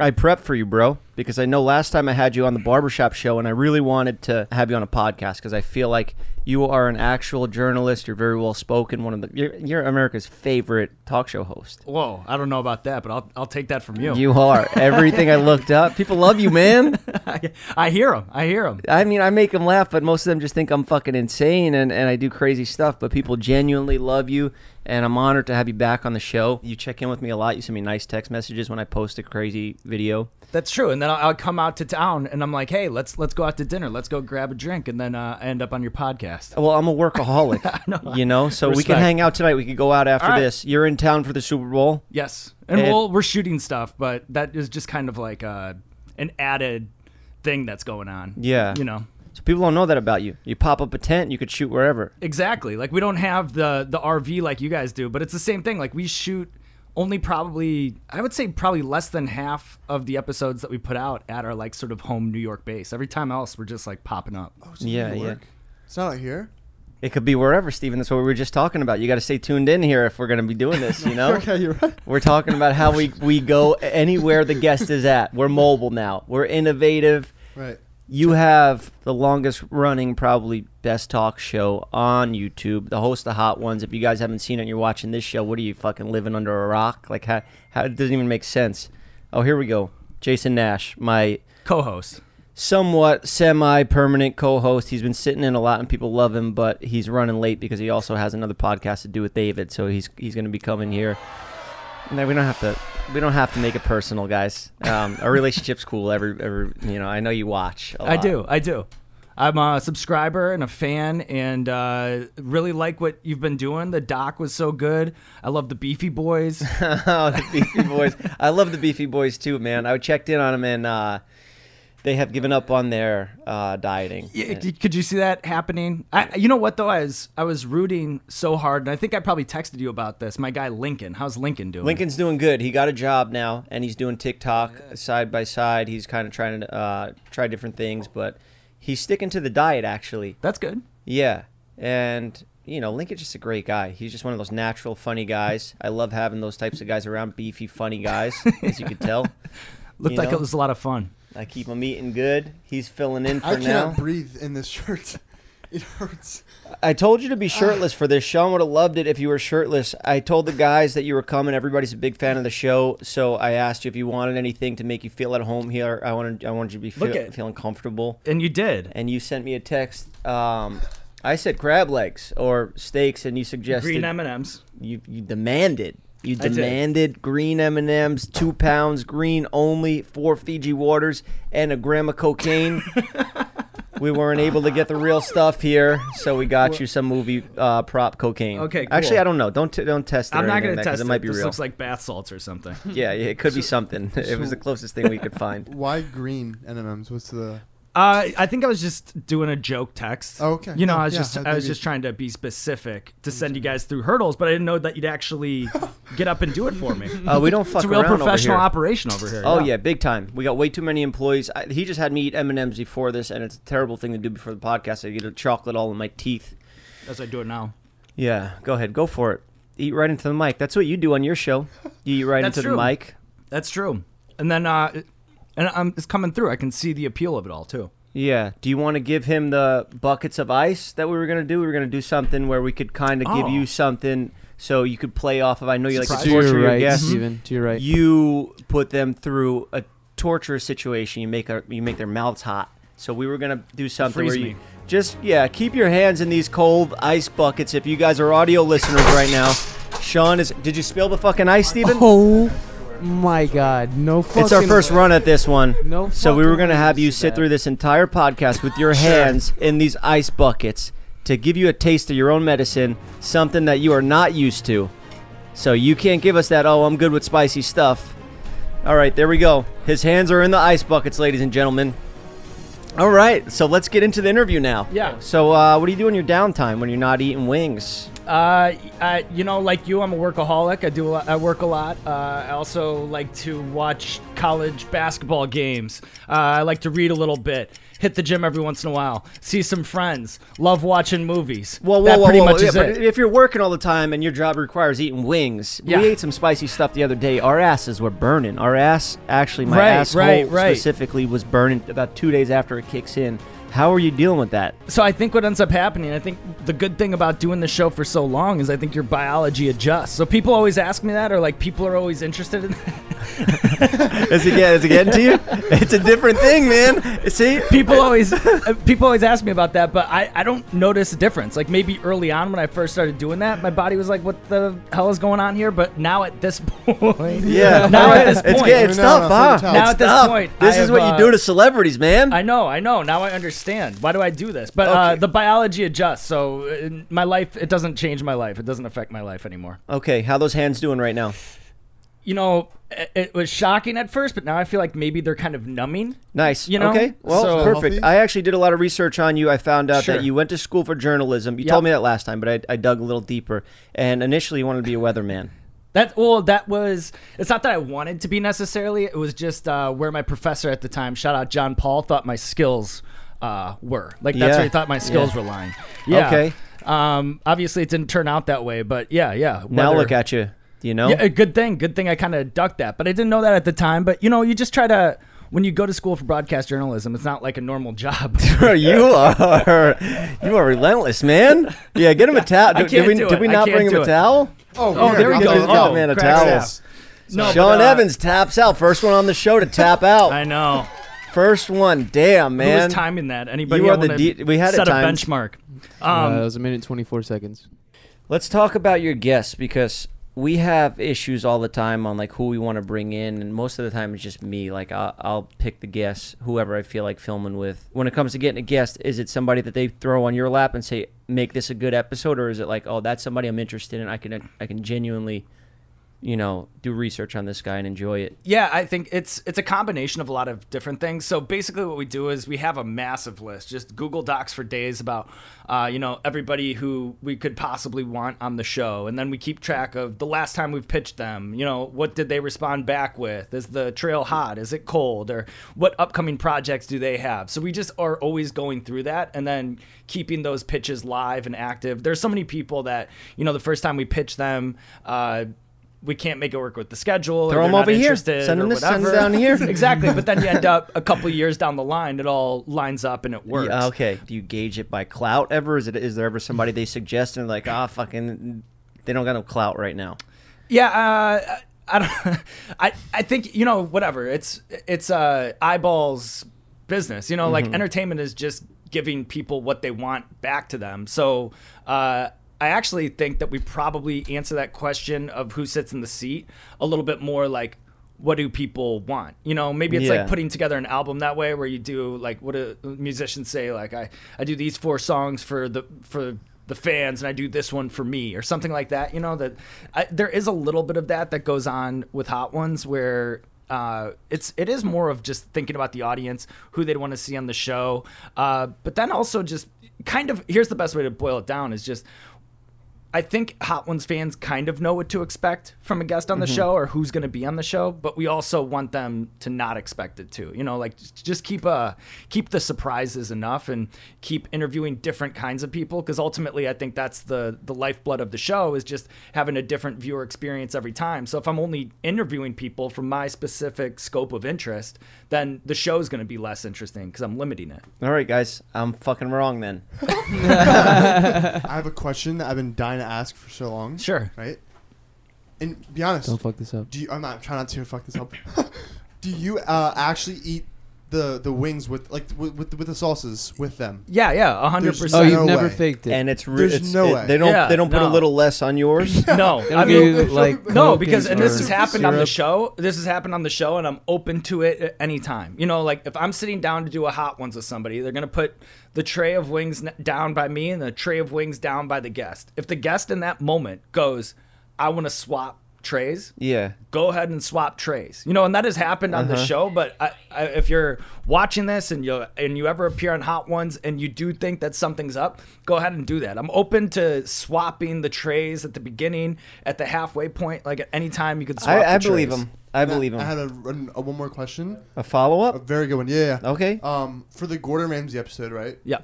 I prepped for you, bro, because I know last time I had you on the barbershop show, and I really wanted to have you on a podcast because I feel like you are an actual journalist. You're very well spoken. One of the you're, you're America's favorite talk show host. Whoa, I don't know about that, but I'll, I'll take that from you. You are everything I looked up. People love you, man. I, I hear him. I hear him. I mean, I make them laugh, but most of them just think I'm fucking insane and, and I do crazy stuff. But people genuinely love you, and I'm honored to have you back on the show. You check in with me a lot. You send me nice text messages when I post a crazy video. That's true. And then I'll, I'll come out to town, and I'm like, hey, let's let's go out to dinner. Let's go grab a drink, and then uh, end up on your podcast. Well, I'm a workaholic, you know, so we can Respect. hang out tonight. We could go out after All right. this. You're in town for the Super Bowl. Yes, and, And- we'll, we're shooting stuff, but that is just kind of like uh, an added thing that's going on. Yeah. you know. So people don't know that about you. You pop up a tent, you could shoot wherever. Exactly. Like we don't have the the RV like you guys do, but it's the same thing. Like we shoot only probably I would say probably less than half of the episodes that we put out at our like sort of home New York base. Every time else we're just like popping up. Yeah, yeah. It's not out here. It could be wherever, Steven. That's what we were just talking about. You got to stay tuned in here if we're going to be doing this, you know? Okay, you're right. We're talking about how we, we go anywhere the guest is at. We're mobile now. We're innovative. Right. You have the longest running, probably best talk show on YouTube. The host of Hot Ones. If you guys haven't seen it and you're watching this show, what are you fucking living under a rock? Like, how, how it doesn't even make sense. Oh, here we go. Jason Nash, my Co-host. somewhat semi-permanent co-host. He's been sitting in a lot, and people love him, but he's running late because he also has another podcast to do with David. So he's he's going to be coming here. No, we don't have to. We don't have to make it personal, guys. Um, our relationship's cool. Every every you know, I know you watch. I I do. I do. I'm a subscriber and a fan, and uh, really like what you've been doing. The doc was so good. I love the Beefy Boys. oh, the Beefy Boys. I love the Beefy Boys too, man. I checked in on them, and uh, they have given up on their uh, dieting. Yeah, c- could you see that happening? I, you know what though, I was I was rooting so hard, and I think I probably texted you about this. My guy Lincoln, how's Lincoln doing? Lincoln's doing good. He got a job now, and he's doing TikTok side by side. He's kind of trying to uh, try different things, but he's sticking to the diet actually. that's good. Yeah, and you know, Lincoln's just a great guy. He's just one of those natural, funny guys. I love having those types of guys around, beefy, funny guys, as you could tell. Looked You like know? it was a lot of fun. I keep him eating good. He's filling in for I now. cannot breathe in this shirt. It hurts. I told you to be shirtless for this. Sean would have loved it if you were shirtless. I told the guys that you were coming. Everybody's a big fan of the show, so I asked you if you wanted anything to make you feel at home here. I wanted, I wanted you to be feel, Look at- feeling comfortable. And you did. And you sent me a text. Um, I said crab legs or steaks, and you suggested Green M and M's. you, you demanded. You did. demanded green M and M's, two pounds green only, four Fiji waters, and a gram of cocaine. we weren't able to get the real stuff here, so we got you some movie uh, prop cocaine. Okay, cool. actually, I don't know. Don't t- don't test it. I'm or not anything gonna like that, 'cause test it. Might be this real. looks like bath salts or something. yeah, yeah, it could be something. it was the closest thing we could find. Why green NMMs? What's the? Uh, I think I was just doing a joke text. Oh, okay. You know, I Yeah, was yeah, just I I was think just you- trying to be specific to send you guys through hurdles, but I didn't know that you'd actually get up and do it for me. Uh, we don't fuck it's a real around over professional here. operation over here. Oh yeah, big time. We got way too many employees. I, he just had me eat M and M's before this, and it's a terrible thing to do before the podcast. I get a chocolate all in my teeth. as I do it now. Yeah, go ahead, go for it. Eat right into the mic. That's what you do on your show. You eat right That's into true. the mic. That's true. And then, uh, and um, it's coming through. I can see the appeal of it all too. Yeah. Do you want to give him the buckets of ice that we were gonna do? We were gonna do something where we could kind of Oh. give you something so you could play off of. I know you like to Surprise. Mm-hmm. to torture your your right, guests. Steven. To your right. You put them through a torturous situation. You make a, you make their mouths hot. So we were gonna do something Freeze where you me. just yeah keep your hands in these cold ice buckets. If you guys are audio listeners right now, Sean is. Did you spill the fucking ice, Steven? oh my God! No fucking. It's our first way. run at this one. No So we were fucking gonna way have this you is sit bad. through this entire podcast with your hands in these ice buckets to give you a taste of your own medicine, something that you are not used to. So you can't give us that. Oh, I'm good with spicy stuff. All right, there we go. His hands are in the ice buckets, ladies and gentlemen. All right, so let's get into the interview now. Yeah. So, uh, what do you do in your downtime when you're not eating wings? Uh, I, you know, like you, I'm a workaholic. I do, a lot, I work a lot. Uh, I also like to watch college basketball games. Uh, I like to read a little bit, hit the gym every once in a while, see some friends, love watching movies. Well, that well, pretty well, much yeah, is but it. if you're working all the time and your job requires eating wings, Yeah. we ate some spicy stuff the other day. Our asses were burning. Our ass, actually, my Right, asshole right, right. specifically was burning about two days after it kicks in. How are you dealing with that? So I think what ends up happening, I think the good thing about doing the show for so long is I think your biology adjusts. So people always ask me that, or like people are always interested in that. Is it, get- is it getting to you? It's a different thing, man. See? People always uh, people always ask me about that, but I, I don't notice a difference. Like maybe early on when I first started doing that, my body was like, "What the hell is going on here?" But now at this point, Yeah. now at this It's, point, get- it's We're now tough, on a huh? hotel. Now It's at this tough. point, This I is have, what you uh, do to celebrities, man. I know, I know. Now I understand. Why do I do this? But uh, Okay. the biology adjusts. So uh, my life, it doesn't change my life. It doesn't affect my life anymore. okay, how those hands doing right now? you know, it, it was shocking at first, but now I feel like maybe they're kind of numbing. Nice. You know? okay. Well, So- perfect. Healthy? I actually did a lot of research on you. I found out Sure. that you went to school for journalism. You Yep. told me that last time, but I, I dug a little deeper. And initially, you wanted to be a weatherman. That well, that was. It's not that I wanted to be necessarily. It was just uh, where my professor at the time, shout out John Paul, thought my skills uh, were. Like that's Yeah. where he thought my skills Yeah. were lying. Yeah. Okay. Um. Obviously, it didn't turn out that way, but yeah, yeah. Now Weather- look at you. You know? Yeah, a good thing. Good thing I kind of ducked that, but I didn't know that at the time. But you know, you just try to. When you go to school for broadcast journalism, it's not like a normal job. you are you are relentless, man. Yeah, get him a towel. Did, can't we, do did we it. I not can't bring him do a it. towel? Oh, Oh, here, there we I'll go. get Give it. Oh, the man a crap. towel. Yeah. no, but, Sean uh, Evans taps out. First one on the show to tap out. I know. First one. Damn, Who man. was timing that? Anybody? You I are the wanna D- we had it set a timed. benchmark. uh, that Um, was a minute twenty four seconds. Let's talk about your guests because we have issues all the time on like who we want to bring in, and most of the time it's just me. Like I'll, I'll pick the guests, whoever I feel like filming with. When it comes to getting a guest, is it somebody that they throw on your lap and say, "Make this a good episode," or is it like, "Oh, that's somebody I'm interested in. I can I can genuinely, you know, do research on this guy and enjoy it." yeah, I think it's it's a combination of a lot of different things. So basically, what we do is we have a massive list, just Google Docs for days about, uh, you know, everybody who we could possibly want on the show, and then we keep track of the last time we've pitched them. You know, what did they respond back with? Is the trail hot? Is it cold? Or what upcoming projects do they have? So we just are always going through that, and then keeping those pitches live and active. There's so many people that you know the first time we pitch them. Uh, we can't make it work with the schedule. Throw or 'em they're not over here. interested Send or 'em this, send 'em whatever. down here. exactly. But then you end up a couple years down the line, it all lines up and it works. Yeah, okay. Do you gauge it by clout ever? Is it is there ever somebody they suggest and they're like, ah, fucking, they don't got no clout right now? Yeah, uh, I don't. I I think you know whatever. It's it's uh, eyeballs business. You know, Mm-hmm. like entertainment is just giving people what they want back to them. So. Uh, I actually think that we probably answer that question of who sits in the seat a little bit more like what do people want? You know, maybe it's Yeah. like putting together an album that way where you do like what do musicians say like I, I do these four songs for the for the fans and I do this one for me or something like that. You know that I, there is a little bit of that that goes on with Hot Ones where uh, it's it is more of just thinking about the audience, who they'd want to see on the show, uh, but then also just kind of here's the best way to boil it down is just I think Hot Ones fans kind of know what to expect from a guest on the show or who's going to be on the show, but we also want them to not expect it too. You know, like j- just keep uh keep the surprises enough and keep interviewing different kinds of people because ultimately I think that's the the lifeblood of the show is just having a different viewer experience every time. So if I'm only interviewing people from my specific scope of interest, then the show's going to be less interesting because I'm limiting it. All right, guys, I'm fucking wrong then. I have a question that I've been dying to ask for so long. Sure. Right? And be honest. Don't fuck this up. Do you, I'm not trying not to fuck this up. do you uh, actually eat the the wings with like with with, with the sauces with them? Yeah, yeah, 100%. There's Oh, no you've never way. faked it. And it's re- There's it's- no it- way. they don't Yeah, they don't put no. a little less on yours. no, They don't I mean, give you, like No, Coke because and this or- has happened on the syrup. show. This has happened on the show, and I'm open to it at any time. You know, like if I'm sitting down to do a hot ones with somebody, they're gonna put the tray of wings n- down by me and the tray of wings down by the guest. If the guest in that moment goes, "I want to swap trays, Yeah. go ahead and swap trays. You know, and that has happened on Uh-huh. the show. But I, I, if you're watching this and you and you ever appear on Hot Ones and you do think that something's up, go ahead and do that. I'm open to swapping the trays at the beginning, at the halfway point, like at any time you could swap. I, I the believe trays. him. I believe him. I had a, an- a one more question. a follow A up? very good one. Yeah. yeah. Okay. Um, for the Gordon Ramsay episode, right? Yeah.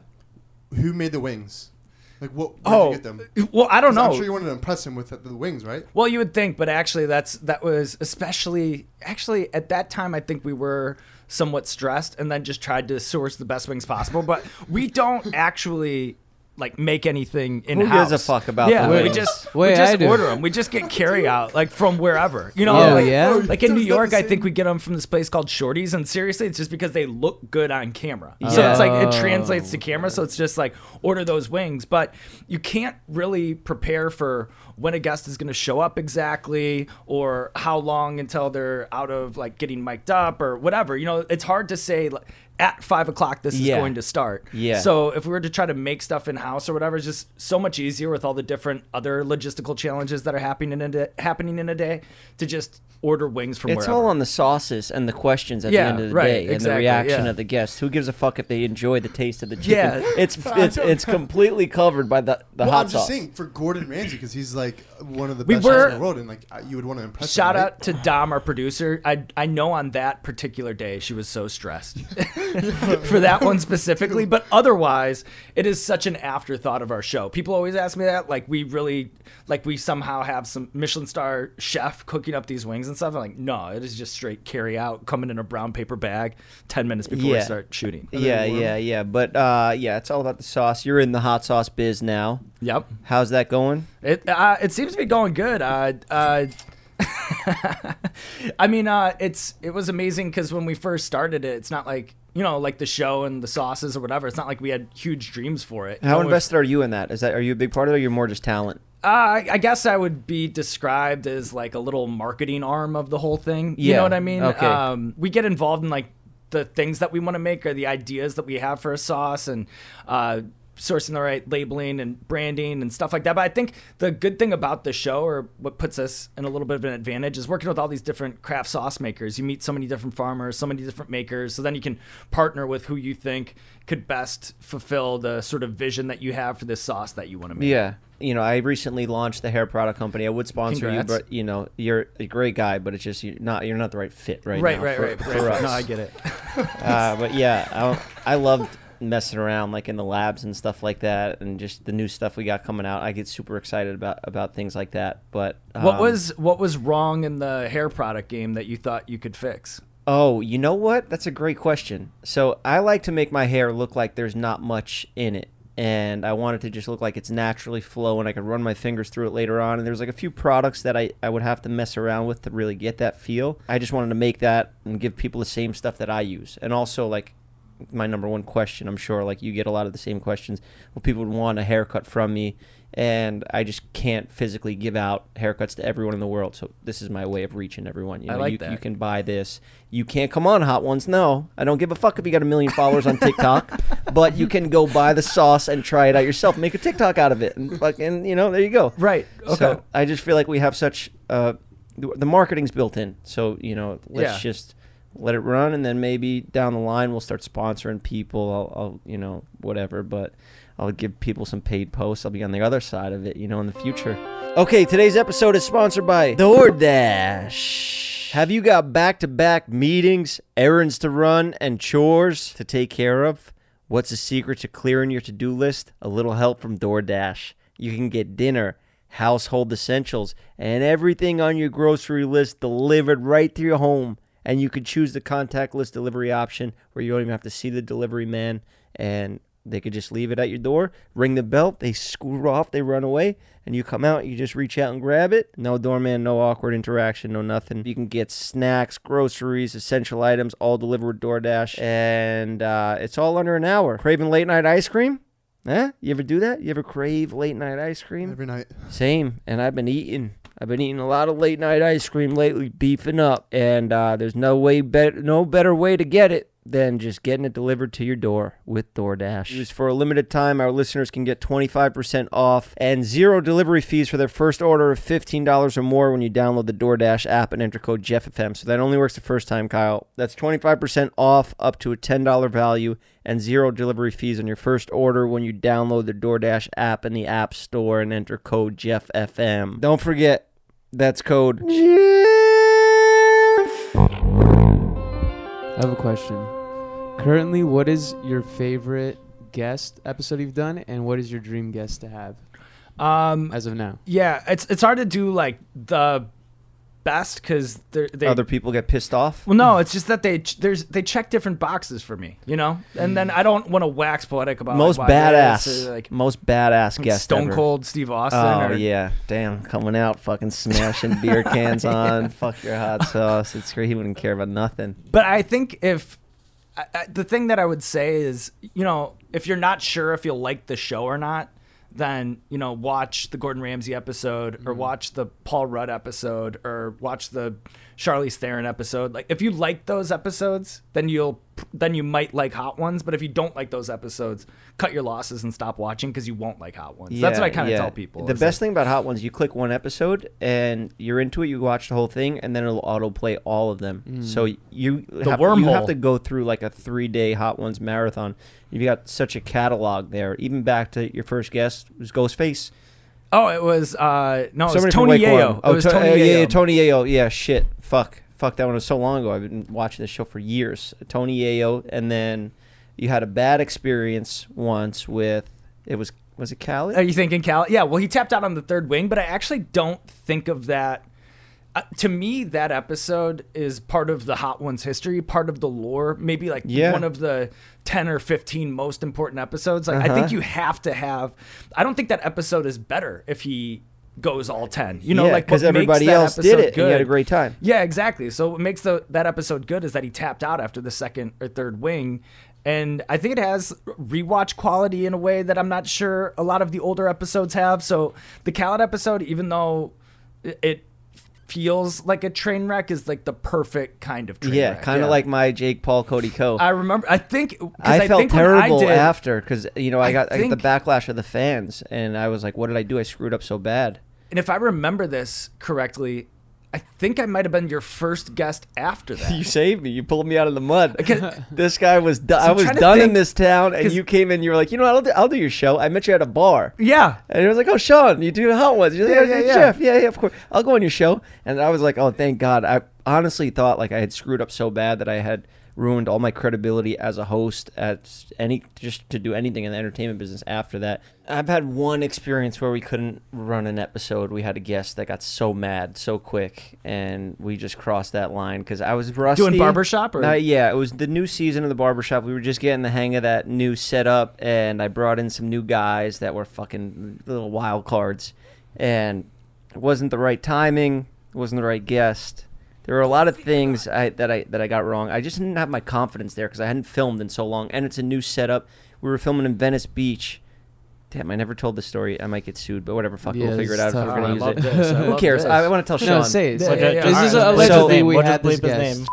Who made the wings? Like what? Where Oh, did you get them? well, I don't 'Cause know. I'm sure you wanted to impress him with the, the wings, right? Well, you would think, but actually, that's that was especially actually at that time. I think we were somewhat stressed, and then just tried to source the best wings possible. But we don't actually like make anything in house. gives a fuck about yeah, the we wings? just we Wait, I just do. order them. We just get carry out like from wherever. You know, Oh, like, yeah? like in That's New not York, the I think same. we get them from this place called Shorty's, and seriously, it's just because they look good on camera. So Yeah. it's like it translates Oh. to camera. So it's just like order those wings, but you can't really prepare for when a guest is going to show up exactly, or how long until they're out of like getting mic'd up or whatever. You know, it's hard to say. Like, at five o'clock, this is Yeah. going to start. Yeah. So if we were to try to make stuff in house or whatever, it's just so much easier with all the different other logistical challenges that are happening in a day, happening in a day to just order wings from It's wherever. all on the sauces and the questions at Yeah, the end of the right, day and the exactly, reaction yeah. of the guests. Who gives a fuck if they enjoy the taste of the chicken? Yeah. It's it's it's completely covered by the, the well, hot I'm sauce. just saying for Gordon Ramsay because he's like one of the We best chefs in were- the world, and like I- you would want to impress. Shout him, right? out to Dom, our producer. I I know on that particular day she was so stressed for that one specifically, but otherwise it is such an afterthought of our show. People always ask me that, like we really, like we somehow have some Michelin star chef cooking up these wings and stuff. I'm like, no, it is just straight carry out, coming in a brown paper bag, ten minutes before we Yeah. start shooting. Yeah, yeah, yeah. But uh, yeah, it's all about the sauce. You're in the hot sauce biz now. Yep. How's that going? It uh, it seems to be going good. Uh, uh, I mean, uh, it's it was amazing because when we first started it, it's not like you know, like the show and the sauces or whatever. It's not like we had huge dreams for it. You How know, if- invested are you in that? Is that are you a big part of it? or You're more just talent. Uh, I, I guess I would be described as like a little marketing arm of the whole thing. You Yeah, know what I mean? okay. Um, we get involved in like the things that we want to make or the ideas that we have for a sauce and uh, sourcing the right labeling and branding and stuff like that. But I think the good thing about the show or what puts us in a little bit of an advantage is working with all these different craft sauce makers. You meet so many different farmers, so many different makers. So then you can partner with who you think could best fulfill the sort of vision that you have for this sauce that you want to make. Yeah. You know, I recently launched the hair product company. I would sponsor Congrats. you, but you know, you're a great guy, but it's just you're not you're not the right fit right, Right, now right, for, right, for right, right. us. No, I get it. uh, but yeah, I, I loved messing around like in the labs and stuff like that, and just the new stuff we got coming out. I get super excited about about things like that. But What um, was what was wrong in the hair product game that you thought you could fix? Oh, you know what? That's a great question. So I like to make my hair look like there's not much in it. And I want it to just look like it's naturally flow and I could run my fingers through it later on. And there's like a few products that I, I would have to mess around with to really get that feel. I just wanted to make that and give people the same stuff that I use. And also like my number one question, I'm sure like you get a lot of the same questions. Well people would want a haircut from me and I just can't physically give out haircuts to everyone in the world. So this is my way of reaching everyone. You I know, like you, that. you can buy this. You can't come on Hot Ones. No, I don't give a fuck if you got a million followers on TikTok, but you can go buy the sauce and try it out yourself. Make a TikTok out of it, and fucking, you know, there you go. Right, okay. So I just feel like we have such uh, the the marketing's built in. So you know, let's Yeah. just let it run, and then maybe down the line we'll start sponsoring people. I'll, I'll you know, whatever, but. I'll give people some paid posts. I'll be on the other side of it, you know, in the future. Okay, today's episode is sponsored by DoorDash. Have you got back to back meetings, errands to run, and chores to take care of? What's the secret to clearing your to do list? A little help from DoorDash. You can get dinner, household essentials, and everything on your grocery list delivered right to your home and you could choose the contactless delivery option where you don't even have to see the delivery man and they could just leave it at your door ring the bell they screw off they run away and you come out you just reach out and grab it no doorman no awkward interaction no nothing you can get snacks groceries essential items all delivered with doordash and uh, it's all under an hour craving late night ice cream Huh? You ever do that? You ever crave late night ice cream? every night. Same, and I've been eating. I've been eating a lot of late night ice cream lately, beefing up, and uh, there's no way better, no better way to get it than just getting it delivered to your door with DoorDash. Use for a limited time, our listeners can get 25% off and zero delivery fees for their first order of $15 or more when you download the DoorDash app and enter code JeffFM. So that only works the first time, Kyle. That's 25% off up to a $10 value and zero delivery fees on your first order when you download the DoorDash app in the App Store and enter code JeffFM. Don't forget, that's code Jeff. I have a question. Currently, what is your favorite guest episode you've done, and what is your dream guest to have Um, as of now? yeah, it's it's hard to do like the best because they Other people get pissed off. Well, no, it's just that they ch- there's they check different boxes for me, you know, and then I don't want to wax poetic about Hmm. most like, why this badass, or, like most badass guest Stone ever. Cold Steve Austin. Oh or, yeah, damn! Coming out, fucking smashing beer cans on. Fuck your hot sauce. It's great. He wouldn't care about nothing. But I think if I, I, the thing that I would say is, you know, if you're not sure if you'll like the show or not, then you know, watch the Gordon Ramsay episode or Mm-hmm. watch the Paul Rudd episode or watch the Charlize Theron episode. Like, if you like those episodes, then you'll then you might like Hot Ones. But if you don't like those episodes, cut your losses and stop watching because you won't like Hot Ones. That's what I Yeah, kind of yeah. tell people. The is best thing about Hot Ones, you click one episode and you're into it. You watch the whole thing, and then it'll autoplay all of them. So you have, you have Mm. wormhole. to go through like a three day Hot Ones marathon. You've got such a catalog there. Even back to your first guest was Ghostface. that- oh, it was uh, no, it was Somebody from Tony Wake Yayo. Orem. Oh, it was To- Tony uh, yeah, Yayo. yeah, Tony Yayo. Yeah, shit. Fuck. Fuck, that one was so long ago. I've been watching this show for years. Tony Yayo, and then you had a bad experience once with it was was it Cali? Are you thinking Cal? Yeah, well, he tapped out on the third wing, but I actually don't think of that. Uh, to me, that episode is part of the Hot Ones history, part of the lore, maybe like Yeah. one of the 10 or 15 most important episodes. Like, I Uh-huh. think you have to have, I don't think that episode is better if he goes all 10. You know, Yeah, like, what makes everybody that else did episode it. And you had a good- great time. yeah, exactly. So what makes the that episode good is that he tapped out after the second or third wing, and I think it has rewatch quality in a way that I'm not sure a lot of the older episodes have. So the Khaled episode, even though it- it feels like a train wreck, is like the perfect kind of train yeah, wreck. kind of like my Jake Paul Cody Co. I I, remember. I think 'cause Uh, I, felt think when terrible I did, after because you know I I got I got think- the backlash of the fans, and I was like, what did I do? I screwed up so bad. and if I remember this correctly, I think I might have been your first guest after that. You saved me. You pulled me out of the mud. Because- this guy was do- I I'm was trying to done in think- this town, and 'cause- you came in. You were like, you know, what, I'll do, I'll do your show. I met you at a bar. yeah, And it was like, oh, Sean, you do hot ones. You're like, Yeah, oh, yeah, yeah, yeah. Jeff, yeah, yeah, of course. I'll go on your show. And I was like, oh, thank God. I honestly thought like I had screwed up so bad that I had ruined all my credibility as a host at any just to do anything in the entertainment business after that. I've had one experience where we couldn't run an episode. We had a guest that got so mad so quick, and we just crossed that line because I was rusty. Barbershop, or- No, yeah, it was the new season of the barbershop. We were just getting the hang of that new setup, and I brought in some new guys that were fucking little wild cards, and it wasn't the right timing, it wasn't the right guest. There were a lot of things I, that I that I got wrong. I just didn't have my confidence there because I hadn't filmed in so long, and it's a new setup. We were filming in Venice Beach. Damn, I never told the story. I might get sued, but whatever. Fuck, it, Yeah, we'll figure it it's tough. out if we're Oh, gonna I use love it. this. I Who love cares? this. I, want to tell Sean. No, say it. Yeah, say it. yeah, yeah. This All is right, let's allegedly bleep we We'll had just this bleep his guest. name.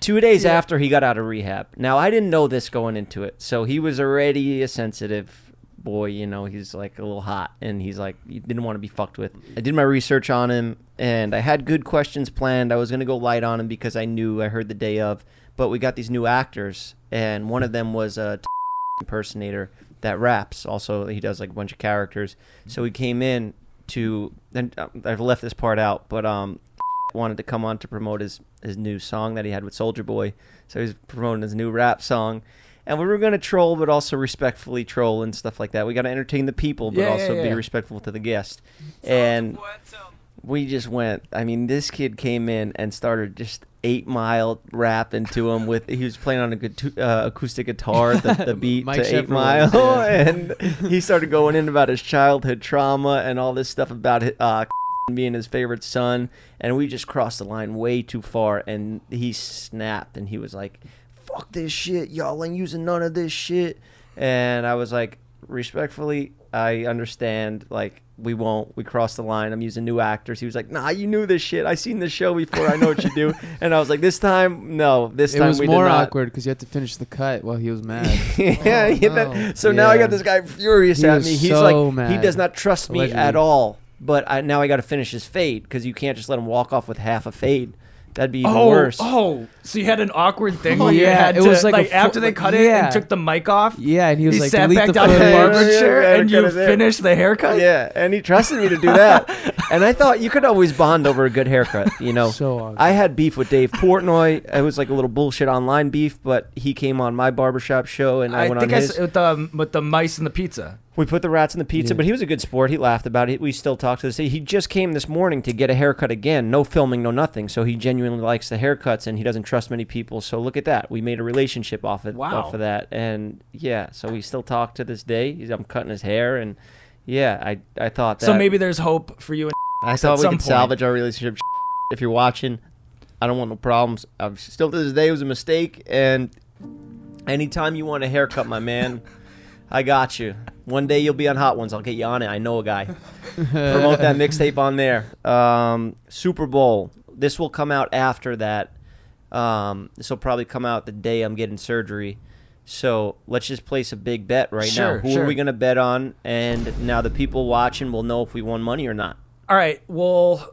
two days after he got out of rehab. Now I didn't know this going into it, so he was already a sensitive boy. You know, he's like a little hot, and he's like he didn't want to be fucked with. I did my research on him, and I had good questions planned. I was gonna go light on him because I knew I heard the day of, but we got these new actors, and one of them was uh, a impersonator that raps. Also, he does like a bunch of characters. So he came in to, and uh, I've left this part out, but um, wanted to come on to promote his his new song that he had with Soldier Boy. So he's promoting his new rap song. And we were going to troll, but also respectfully troll and stuff like that. We got to entertain the people, but Yeah, yeah, also be yeah. respectful to the guest. And we just went. I mean, this kid came in and started just eight mile rap into him with. He was playing on a good uh, acoustic guitar, the, the beat Mike to eight Sheffield, mile, yeah. and he started going in about his childhood trauma and all this stuff about hi- uh, being his favorite son. And we just crossed the line way too far, and he snapped and he was like, "Fuck this shit, y'all ain't using none of this shit." And I was like, respectfully, I understand like we won't. We crossed the line. I'm using new actors. He was like, nah, you knew this shit. I seen this show before. I know what you do. and I was like, this time, no. This It time was we more did not. awkward because you had to finish the cut while he was mad. yeah, Oh, you know? no. so now I Yeah. got this guy furious He at was me. He's so like, he mad. does not trust me Allegedly. at all. But I, now I got to finish his fade because you can't just let him walk off with half a fade. That'd be even Oh, worse. oh! So you had an awkward thing Oh, where you yeah, had it to, was like like, a fu- after they cut it yeah. and took the mic off. yeah, and he was He like, sat delete back the down in the photo. footage. barber chair Yeah, yeah, yeah, and cut you it there. finished the haircut. Yeah, and he trusted me to do that. and I thought you could always bond over a good haircut, you know. So awkward. I had beef with Dave Portnoy. It was like a little bullshit online beef, but he came on my barbershop show and I, I went think on I his. s- with the um, with the mice and the pizza. We put the rats in the pizza, Yeah. but he was a good sport. He laughed about it. We still talk to this. He just came this morning to get a haircut again. No filming, no nothing. So he genuinely likes the haircuts, and he doesn't trust many people. So look at that. We made a relationship off of Wow. off of that, and yeah. So we still talk to this day. He's, I'm cutting his hair, and yeah, I I thought that. So maybe there's hope for you. And I thought we some could point. salvage our relationship. If you're watching, I don't want no problems. I'm still to this day it was a mistake, and anytime you want a haircut, my man, I got you. One day you'll be on Hot Ones. I'll get you on it. I know a guy. Promote that mixtape on there. Um, Super Bowl. This will come out after that. Um, this will probably come out the day I'm getting surgery. So let's just place a big bet right Sure, now. Who sure. are we going to bet on? And now the people watching will know if we won money or not. all right. Well,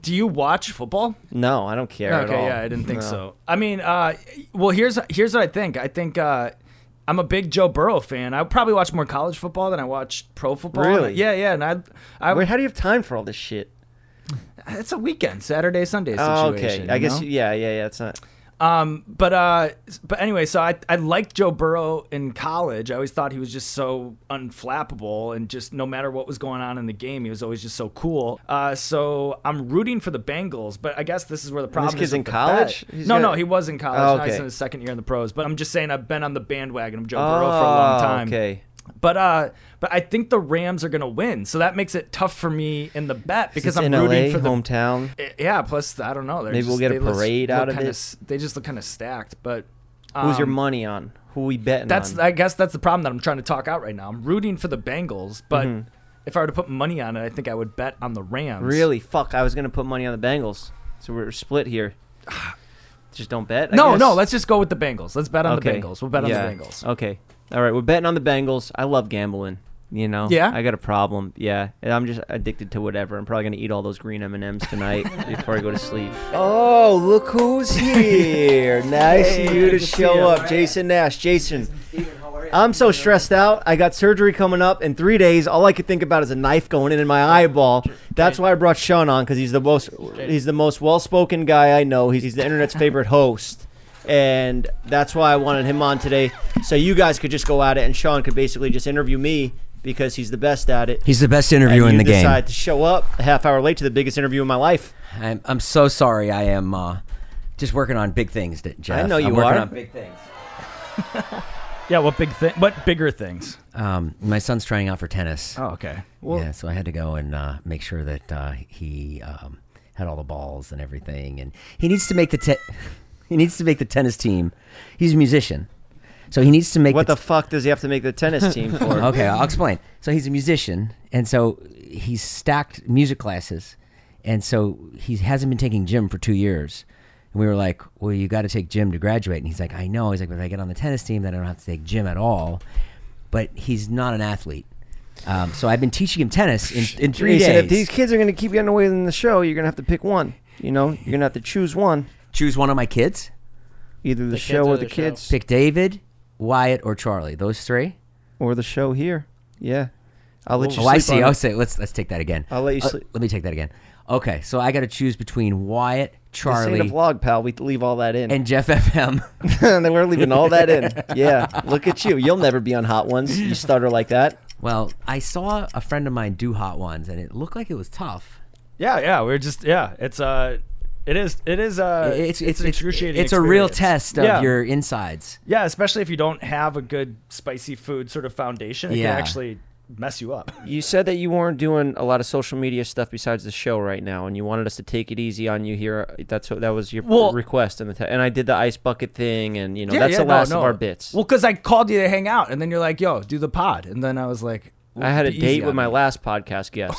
do you watch football? No, I don't care at okay, all. yeah, I didn't think No. so. I mean, uh, well, here's here's what I think. I think uh, I'm a big Joe Burrow fan. I probably watch more college football than I watch pro football. Really? Yeah, yeah. And I, I Wait, how do you have time for all this shit? it's a weekend, Saturday, Sunday situation. Oh, okay, I you guess. know? You, yeah, yeah, yeah. It's not. Um, but uh, but anyway, so I I liked Joe Burrow in college. I always thought he was just so unflappable and just no matter what was going on in the game, he was always just so cool. Uh, so I'm rooting for the Bengals, but I guess this is where the problem kid's is. in with the college? bet. He's No, got- no, he was in college. Oh, Now he's okay. in his second year in the pros. But I'm just saying I've been on the bandwagon of Joe Oh, Burrow for a long time. Okay. But uh, but I think the Rams are gonna win, so that makes it tough for me in the bet because It's I'm in rooting LA, for the hometown. I- Yeah. Plus, I don't know. they're Maybe we'll just- get a they look- parade look out of kinda it. s- They just look kind of stacked. But Who's your um, money on? Who we betting That's. on? I guess that's the problem that I'm trying to talk out right now. I'm rooting for the Bengals, but Mm-hmm. if I were to put money on it, I think I would bet on the Rams. really fuck. I was gonna put money on the Bengals, so we're split here. Just don't bet. I No, guess? no. Let's just go with the Bengals. Let's bet on Okay. the Bengals. We'll bet Yeah. on the Bengals. Okay. All right, we're betting on the Bengals. I love gambling. You know. Yeah? I got a problem. Yeah, and I'm just addicted to whatever. I'm probably gonna eat all those green M and M's tonight before I go to sleep. Oh, look who's here! nice Hey, of you to good to see you. show up, Jason Nash. Jason. I'm so stressed out. I got surgery coming up in three days. All I could think about is a knife going in in my eyeball. That's why I brought Sean on because he's the most he's the most well spoken guy I know. He's, he's the internet's favorite host, and that's why I wanted him on today. So you guys could just go at it, and Sean could basically just interview me because he's the best at it. He's the best And interview in you the game. decide to show up a half hour late to the biggest interview of my life. I'm, I'm so sorry. I am uh, just working on big things, D- Jeff. know I'm you working are. on big things. Yeah. What big thing? What bigger things? Um, my son's trying out for tennis. Oh, okay. Well, yeah, so I had to go and uh, make sure that uh, he um, had all the balls and everything, and he needs to make the te- he needs to make the tennis team. He's a musician, so he needs to make What the the fuck does he have to make the tennis team for? okay, I'll explain. So he's a musician, and so he's stacked music classes, and so he hasn't been taking gym for two years. And we were like, "Well, you got to take gym to graduate." And he's like, "I know." He's like, "But if I get on the tennis team, then I don't have to take gym at all." But he's not an athlete, um, so I've been teaching him tennis in, in three Jason, days. if these kids are going to keep getting away from the show, you're going to have to pick one. You know, you're going to have to choose one, Choose one of my kids. either the, kids show or or the the, show. kids Pick David, Wyatt, or Charlie. Those three. or the show here. Yeah, I'll let you. Oh, I sleep see. on I'll it. say. Let's let's take that again. I'll let you Uh, sleep. let me take that again. Okay, so I got to choose between Wyatt, This ain't Charlie, a vlog, pal. We leave all that in, and Jeff FM. and then we're leaving all that in. Yeah, look at you. You'll never be on Hot Ones. You stutter like that. well, I saw a friend of mine do hot ones, and it looked like it was tough. yeah, yeah. We're just yeah. It's uh, it is it is uh, It's it's an it's, excruciating. it's a real experience. test of Yeah. your insides. Yeah, especially if you don't have a good spicy food sort of foundation, it Yeah. can actually mess you up. You said that you weren't doing a lot of social media stuff besides the show right now, and you wanted us to take it easy on you here. That's what that was your Well- request, and the te- and I did the ice bucket thing, and you know Yeah, that's yeah, the no, last no. of our bits. Well, because I called you to hang out, and then you're like, "Yo, do the pod," and then I was like, I had a Be date easy with on my me. last podcast guest.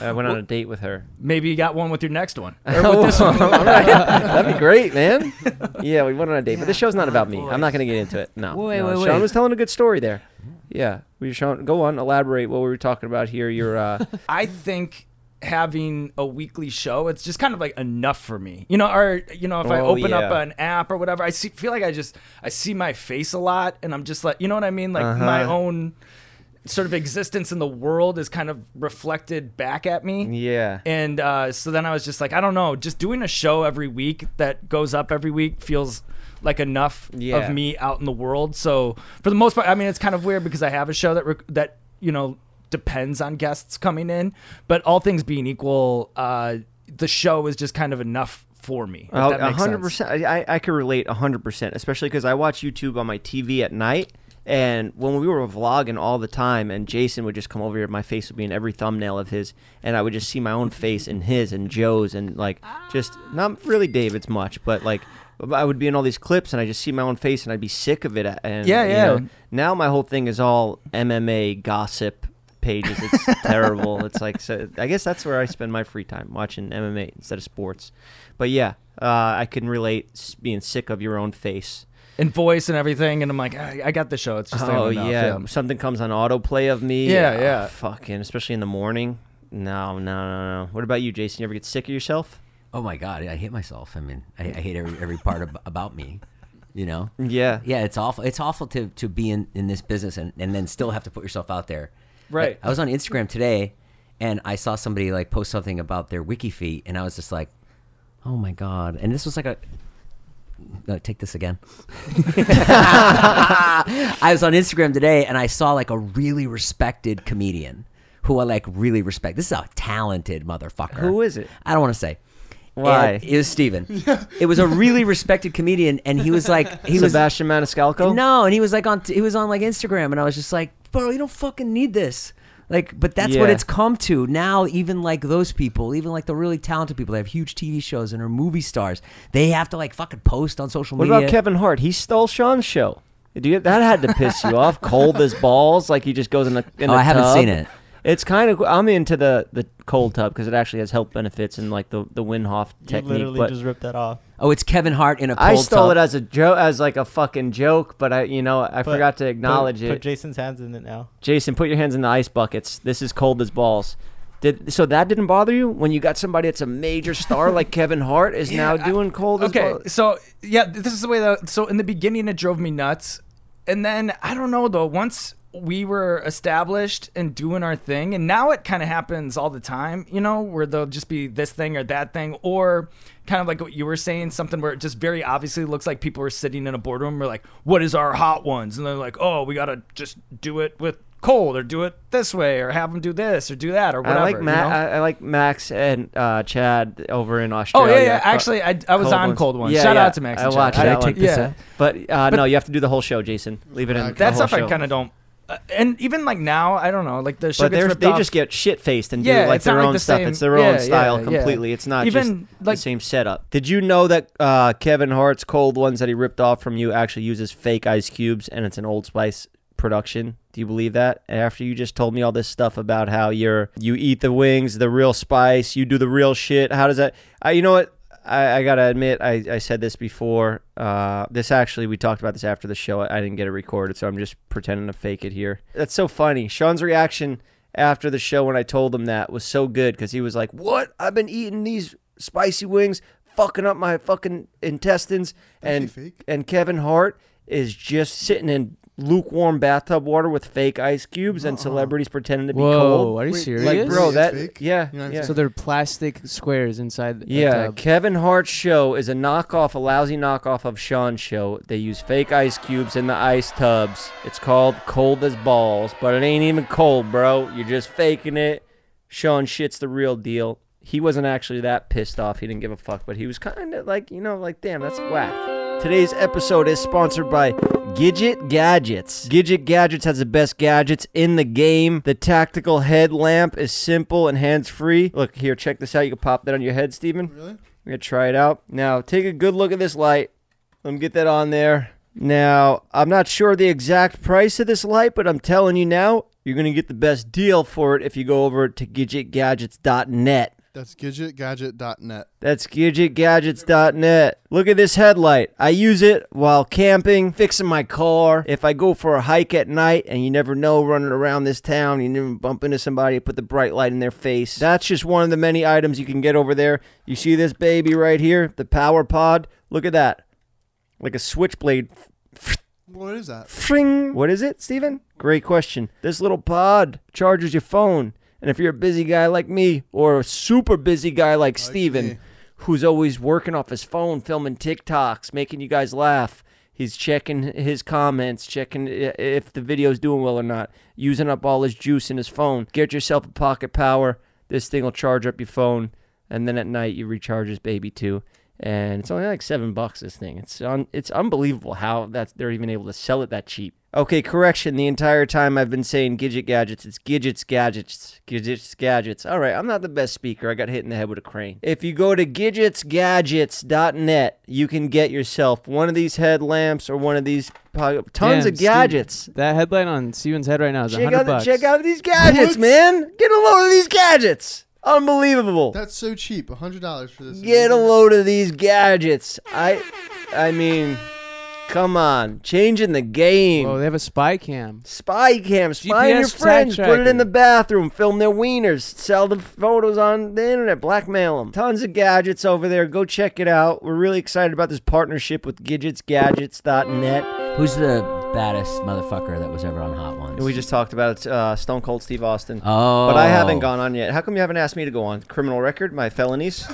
I went on a date with her. Maybe you got one with your next one. Oh, all right. That'd be great, man. Yeah, we went on a date, but this show's not about me. I'm not going to get into it. No, Wait, no. wait, Sean wait. was telling a good story there. Yeah, we were showing. Go on, elaborate what we were talking about here. Your uh, I think having a weekly show it's just kind of like enough for me you know or you know if i Oh, open up yeah. an app or whatever i see, feel like i just i see my face a lot and i'm just like you know what i mean like Uh-huh. my own sort of existence in the world is kind of reflected back at me yeah. and uh, so then I was just like, I don't know, just doing a show every week that goes up every week feels like enough Yeah. of me out in the world. So for the most part, I mean, it's kind of weird because I have a show that rec- that you know depends on guests coming in, but all things being equal, uh, the show is just kind of enough for me. if Oh, that makes sense. 100%. I, I, I could relate 100%, especially because I watch YouTube on my TV at night. And when we were vlogging all the time, and Jason would just come over here, my face would be in every thumbnail of his, and I would just see my own face and his and Joe's, and like just not really David's much, but like I would be in all these clips, and I just see my own face, and I'd be sick of it. And Yeah, you yeah. know, now my whole thing is all MMA gossip pages. It's terrible. It's like so. I guess that's where I spend my free time watching MMA instead of sports. But yeah, uh, I can relate s- being sick of your own face. And voice and everything, and I'm like, I, I got the show. It's just oh enough. yeah. something comes on autoplay of me. Yeah, Oh, yeah. Fucking, especially in the morning. No, no, no, no. What about you, Jason? You ever get sick of yourself? Oh my god, I hate myself. I mean, I, I hate every every part ab- about me. You know. Yeah. Yeah, it's awful. It's awful to to be in in this business and and then still have to put yourself out there. Right. I, I was on Instagram today, and I saw somebody like post something about their wiki feed, and I was just like, oh my god. And this was like a. No, take this again. I was on Instagram today and I saw like a really respected comedian who I like really respect. This is a talented motherfucker. Who is it? I don't want to say. Why? And it was Steven. It was a really respected comedian, and he was like, he was Sebastian Maniscalco. no, and he was like on, he was on like Instagram, and I was just like, bro, you don't fucking need this. Like, but that's what Yeah. it's come to now. Even like those people, even like the really talented people that have huge TV shows and are movie stars, they have to like fucking post on social What media. about Kevin Hart? He stole Sean's show. Dude, that had to piss you off. Cold as balls, like he just goes in a. In Oh, a I haven't tub. seen it. It's kind of. I'm into the the cold tub because it actually has health benefits and like the the Winhoff You technique. literally but just ripped that off. Oh, it's Kevin Hart in a cold I stole tub. it as a joke, as like a fucking joke. But I, you know, I But- forgot to put- acknowledge put, it. Jason's hands in it now. Jason, put your hands in the ice buckets. This is cold as balls. Did so that didn't bother you when you got somebody that's a major star like Kevin Hart is now I- doing cold as okay balls. so yeah this is the way that so in the beginning it drove me nuts and then i don't know though once we were established and doing our thing and now it kind of happens all the time you know where there'll just be this thing or that thing or kind of like what you were saying something where it just very obviously looks like people are sitting in a boardroom we're like what is our hot ones and they're like oh we gotta just do it with cold or do it this way or have them do this or do that or whatever I like you Ma- know? I, I like Max and uh, Chad over in Oh Australia. yeah, yeah. Fu- Actually, I, I was uh, Cold on Ones. Cold Ones. Yeah, Shout yeah. out to Max. I and watched Chad. that one. yeah. But, uh, no, you have to do the whole show, Jason. Leave it in. Okay. the Uh, That whole stuff I show. kind of don't. uh, And even like now, I don't know. Like the show But gets they're- ripped they off. just get shit faced and Yeah, do like it's not their like own the stuff. same- it's their yeah, own yeah, style yeah. completely. It's not Even, just like- the same setup. Did you know that uh, Kevin Hart's cold ones that he ripped off from you actually uses fake ice cubes and it's an Old Spice production? Do you believe that? After you just told me all this stuff about how you're you eat the wings, the real spice, you do the real shit. How does that? I, you know what? I, I gotta admit, I, I said this before. Uh, this actually, we talked about this after the show. I, I didn't get it recorded, so I'm just pretending to fake it here. That's so funny. Sean's reaction after the show when I told him that was so good because he was like, "What? I've been eating these spicy wings, fucking up my fucking intestines." And fake. and Kevin Hart is just sitting in lukewarm bathtub water with fake ice cubes and celebrities pretending to be Whoa, cold. are you Wait, serious? Like, bro, It's that fake? yeah, You know what I'm yeah. saying? so they're plastic squares inside. The Yeah, tub. Kevin Hart's show is a knockoff, a lousy knockoff of Sean's show. They use fake ice cubes in the ice tubs. It's called Cold as Balls, but it ain't even cold, bro. You're just faking it. Sean shit's the real deal. He wasn't actually that pissed off. He didn't give a fuck, but he was kind of like, you know, like, damn, that's whack. Today's episode is sponsored by Gidget Gadgets. Gidget Gadgets has the best gadgets in the game. The tactical headlamp is simple and hands free. Look here, check this out. You can pop that on your head, Steven. Really? I'm gonna try it out. Now, take a good look at this light. Let me get that on there. Now, I'm not sure the exact price of this light, but I'm telling you now, You're going to get the best deal for it if you go over to gidgetgadgets.net. That's gidgetgadget.net. That's gidgetgadgets.net. Look at this headlight. I use it while camping, fixing my car. If I go for a hike at night and you never know running around this town, you never bump into somebody, put the bright light in their face. That's just one of the many items you can get over there. You see this baby right here, the power pod? Look at that. Like a switchblade What is that? what is it, Steven? Great question. This little pod charges your phone. And if you're a busy guy like me or a super busy guy like, Steven, me. who's always working off his phone, filming TikToks, making you guys laugh, he's checking his comments, checking i- if the video's doing well or not, using up all his juice in his phone. Get yourself a pocket power. This thing will charge up your phone. And then at night, you recharge his baby too. And it's only like seven bucks. This thing, it's un- it's unbelievable how that's they're even able to sell it that cheap. Okay, correction. The entire time I've been saying Gidget Gadgets, it's Gidgets Gadgets. Gidgets Gadgets. All right, I'm not the best speaker. I got hit in the head with a crane. If you go to gidgetsgadgets.net, you can get yourself one of these headlamps or one of these po- tons Damn, of Steven, gadgets. that headline on Steven's head right now is a Check 100 out, the, bucks. check out these gadgets, What? man. Get a load of these gadgets. Unbelievable. That's so cheap. $100 for this. Get a load of these gadgets. I I mean, come on. Changing the game. Whoa, Oh, they have a spy cam. Spy cam, spy on your GPS tag friends, put it in tracking. the bathroom, film their wieners, sell the photos on the internet, blackmail them. Tons of gadgets over there. Go check it out. We're really excited about this partnership with GidgetsGadgets.net. Who's the baddest motherfucker that was ever on Hot Ones? We just talked about it, uh, Stone Cold Steve Austin. Oh. But I haven't gone on yet. How come you haven't asked me to go on? Criminal record, my felonies.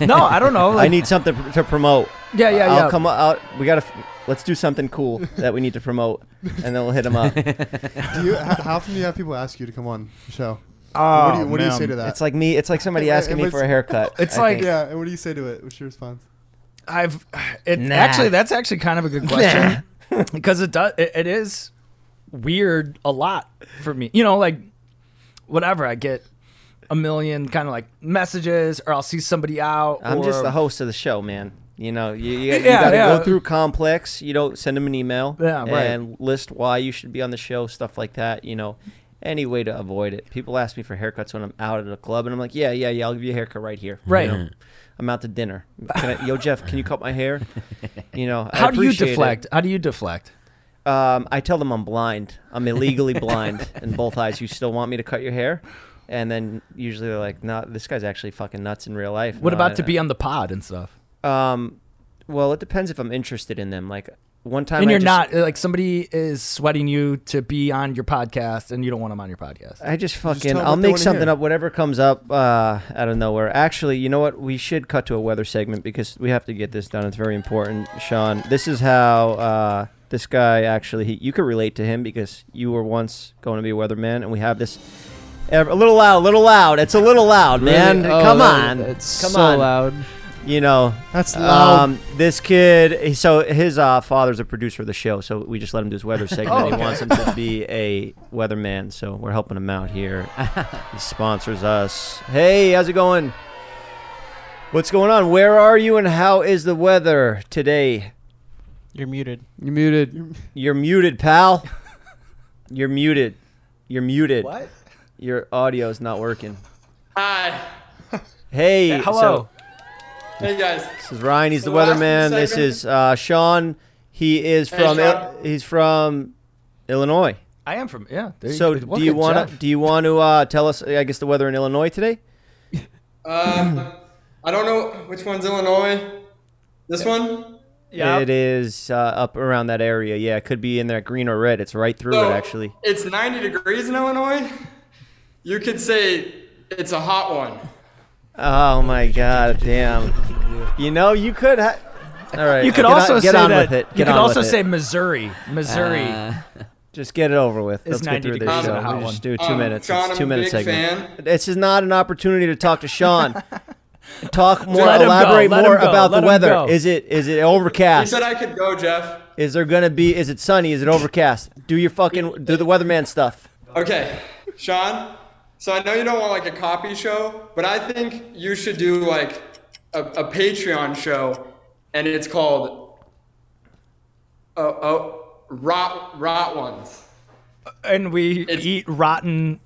No, I don't know. I Like, need something pr- to promote. Oh. Yeah, yeah, I'll yeah. come out. We gotta. f- Let's do something cool that we need to promote, and then we'll hit them up. Do you, how, how often do you have people ask you to come on the show? oh, what do you, what do you man. say to that? It's like me. It's like somebody It- it asking me was- for a haircut. It's I like- think. yeah, and what do you say to it? What's your response? I've it, Nah. actually that's actually kind of a good question because it does it, it is weird a lot for me. You know, like whatever I get a million kind of like messages, or I'll see somebody out. I'm just or- the host of the show, man. You know, you, you, you Yeah, got to go yeah. through complex. You know, send them an email. Yeah, right. And list why you should be on the show, stuff like that. You know, any way to avoid it. People ask me for haircuts when I'm out at a club, and I'm like, yeah, yeah, yeah, I'll give you a haircut right here. You Right. know, I'm out to dinner. Can I, Yo, Jeff, can you cut my hair? You know, I How do you appreciate it. deflect? How do you deflect? Um, I tell them I'm blind. I'm illegally blind in both eyes. You still want me to cut your hair? And then usually they're like, "No, this guy's actually fucking nuts in real life." What No, about I- to be on the pod and stuff? Um, well, it depends if I'm interested in them. Like one time, And I you're just- not like somebody is sweating you to be on your podcast, and you don't want them on your podcast. I just tell fucking. them I'll what they make wanna something hear. up. Whatever comes up uh, out of nowhere. Actually, you know what? We should cut to a weather segment because we have to get this done. It's very important, Sean. This is how uh, this guy actually. He, you could relate to him because you were once going to be a weatherman, and we have this. ev- A little loud, a little loud. It's a little loud, man. Really? Oh, Come that- on, That's come so on. loud. You know, That's um, this kid, he- so his uh, father's a producer of the show, so we just let him do his weather segment. Oh, He okay. wants him to be a weatherman, so we're helping him out here. he sponsors us. Hey, how's it going? What's going on? Where are you and how is the weather today? You're muted. You're muted. You're muted, pal. You're muted. You're muted. What? Your audio's not working. Hi. Hey, so- Hello. Hey guys. This is Ryan. He's the The last weatherman. This segment. is uh, Sean. He is Hey, from Sean. Il- he's from Illinois. I am from yeah. there you So go. Look do you at want to Jeff. do you want to uh, tell us? I guess the weather in Illinois today. Um, I don't know which one's Illinois. This one. Yeah. It is uh, up around that area. Yeah, it could be in that green or red. It's right through it actually. It's 90 degrees in Illinois. You could say it's a hot one. Oh my god, damn. You know you could. Ha- All right. You could get on- also get say on that. with it. you Get could on also with it. Uh, say Missouri, Missouri. Uh, just get it over with. Let's get 90 through this degrees show. and a hot We just one. do two Um, minutes. Sean, it's I'm two a minutes big segment. fan. This is not an opportunity to talk to Sean. talk more, Let him go, elaborate let more him go, about let the him weather. go. Is it is it He overcast? said I could go, Jeff. is there gonna be? Is it sunny? Is it overcast? Do your fucking do the weatherman stuff. Okay, Sean. So I know you don't want like a copy show, but I think you should do like a, a Patreon show, and it's uh, called oh oh rot rot ones. and we It's- eat rotten.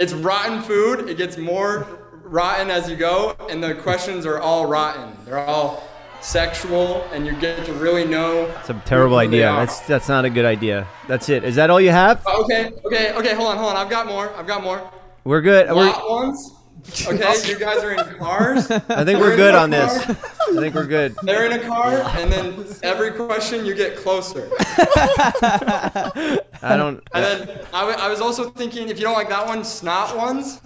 It's rotten food. It gets more rotten as you go, and the questions are all rotten. They're all sexual, and you get to really know. It's a terrible who they idea. are. That's that's not a good idea. That's it. Is that all you have? Oh, okay, okay, okay. Hold on, hold on. I've got more. I've got more. We're good. We're, Lot ones. Okay, you guys are in cars. I think we're good on this. I think we're good. They're in a car, and then every question you get closer. I don't. And then I wa- I was also thinking, if you don't like that one, snot ones,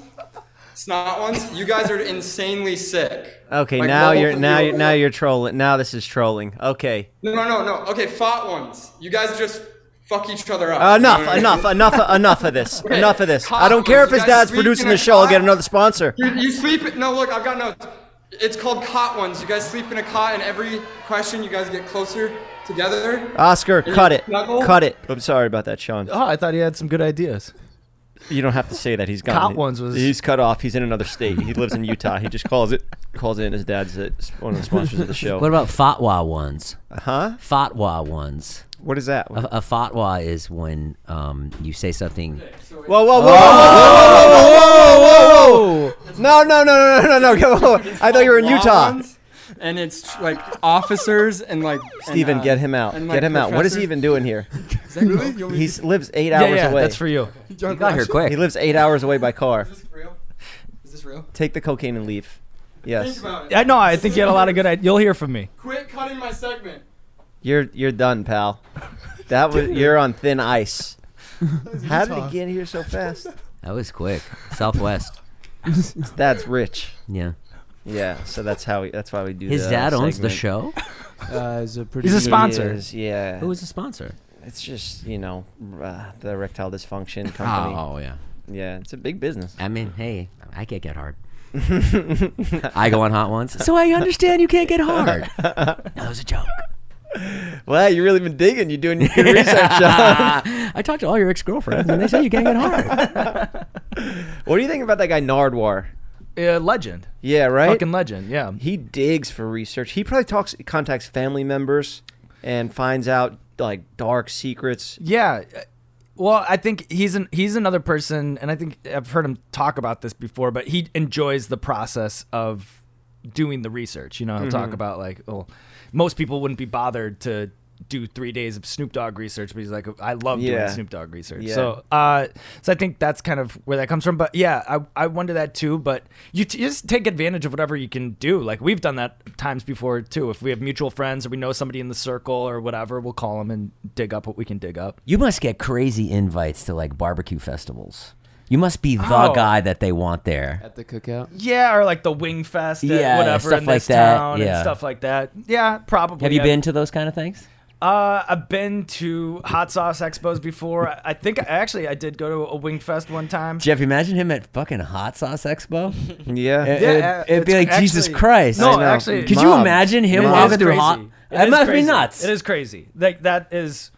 snot ones. You guys are insanely sick. Okay, Like, now level you're now three. you're now you're trolling. Now this is trolling. Okay, No, no, no, no. Okay, fought ones. You guys just fuck each other up. You know what Uh, enough, I mean? enough, enough, enough of this. Okay, Enough of this. hot I don't care if ones. his You guys dad's sleep producing in the a show. I'll get cot. another sponsor. You, you sleep. No, look, I've got notes. It's called cot ones. You guys sleep in a cot, and every question you guys get closer together. Oscar, You cut it, snuggle? cut it. I'm sorry about that, Sean. Oh, I thought he had some good ideas. You don't have to say that. He's gone. Cot ones was- He's cut off. He's in another state. He lives in Utah. He just calls it calls in his dad's uh, one of the sponsors of the What show. about fatwa ones? Huh? Fatwa ones. What is that? A, a fatwa is when um, you say something. Whoa, whoa, whoa, Oh! Oh! whoa, whoa, whoa, whoa, whoa, whoa, whoa, whoa! No, no, no, no, no, no, no! whoa, whoa. I thought you were in Law Utah. ones, And it's like officers and like and, Steven, uh, get him out. and, Get like, him out. What is he professors. even doing here? Really? You only He lives eight Yeah, hours yeah, away. that's for you. you got You got here Russian? quick. He lives eight hours away by car. Is this real? Is this real? Take the cocaine and leave. Think Yes, about it. I know. I think you had a lot of good ideas. You'll hear from me. Quit cutting my segment. you're you're done, pal. That was you're on thin ice. How did Utah. it get here so fast? That was quick. Southwest. That's rich. Yeah. Yeah, so that's how we, that's why we do. His the dad owns the segment. show. Uh, is a He's a producer. sponsor. He is, yeah, Who was the sponsor? it's just you know uh, the erectile dysfunction company. Oh, yeah. Yeah, it's a big business. I mean, hey, I can't get hard. I go on hot ones. So I understand you can't get hard. That was a joke. Wow, you really been digging. You're doing your good research. John. I talked to all your ex girlfriends and they say you can't get hard. what do you think about that guy Nardwar? Uh, legend, Yeah, right. fucking legend. Yeah. he digs for research. He probably talks, contacts family members, and finds out like dark secrets. Yeah. Well, I think he's an, he's another person, and I think I've heard him talk about this before, but he enjoys the process of doing the research. You know, he'll talk about like, oh, most people wouldn't be bothered to do three days of Snoop Dogg research, but he's like, I love Yeah. doing Snoop Dogg research. Yeah. So, uh, so I think that's kind of where that comes from. But yeah, I, I wonder that too. But you t- just take advantage of whatever you can do. Like we've done that times before too. If we have mutual friends or we know somebody in the circle or whatever, we'll call them and dig up what we can dig up. You must get crazy invites to like barbecue festivals. You must be the Oh. guy that they want there. at the cookout. Yeah, or like the Wing Fest, at Yeah, whatever, stuff in like this that, town yeah. and stuff like that. Yeah, probably. Have you I- been to those kind of things? Uh, I've been to hot sauce expos before. I- I think actually I did go to a Wing Fest one time. Jeff, imagine him at fucking Hot Sauce Expo. Yeah, It, Yeah, would it'd be it's like Jesus actually- Christ. No, I know. actually- could you Mob. imagine him Mob. walking It is through crazy. hot? It that is must crazy. be nuts. It is crazy. Like that is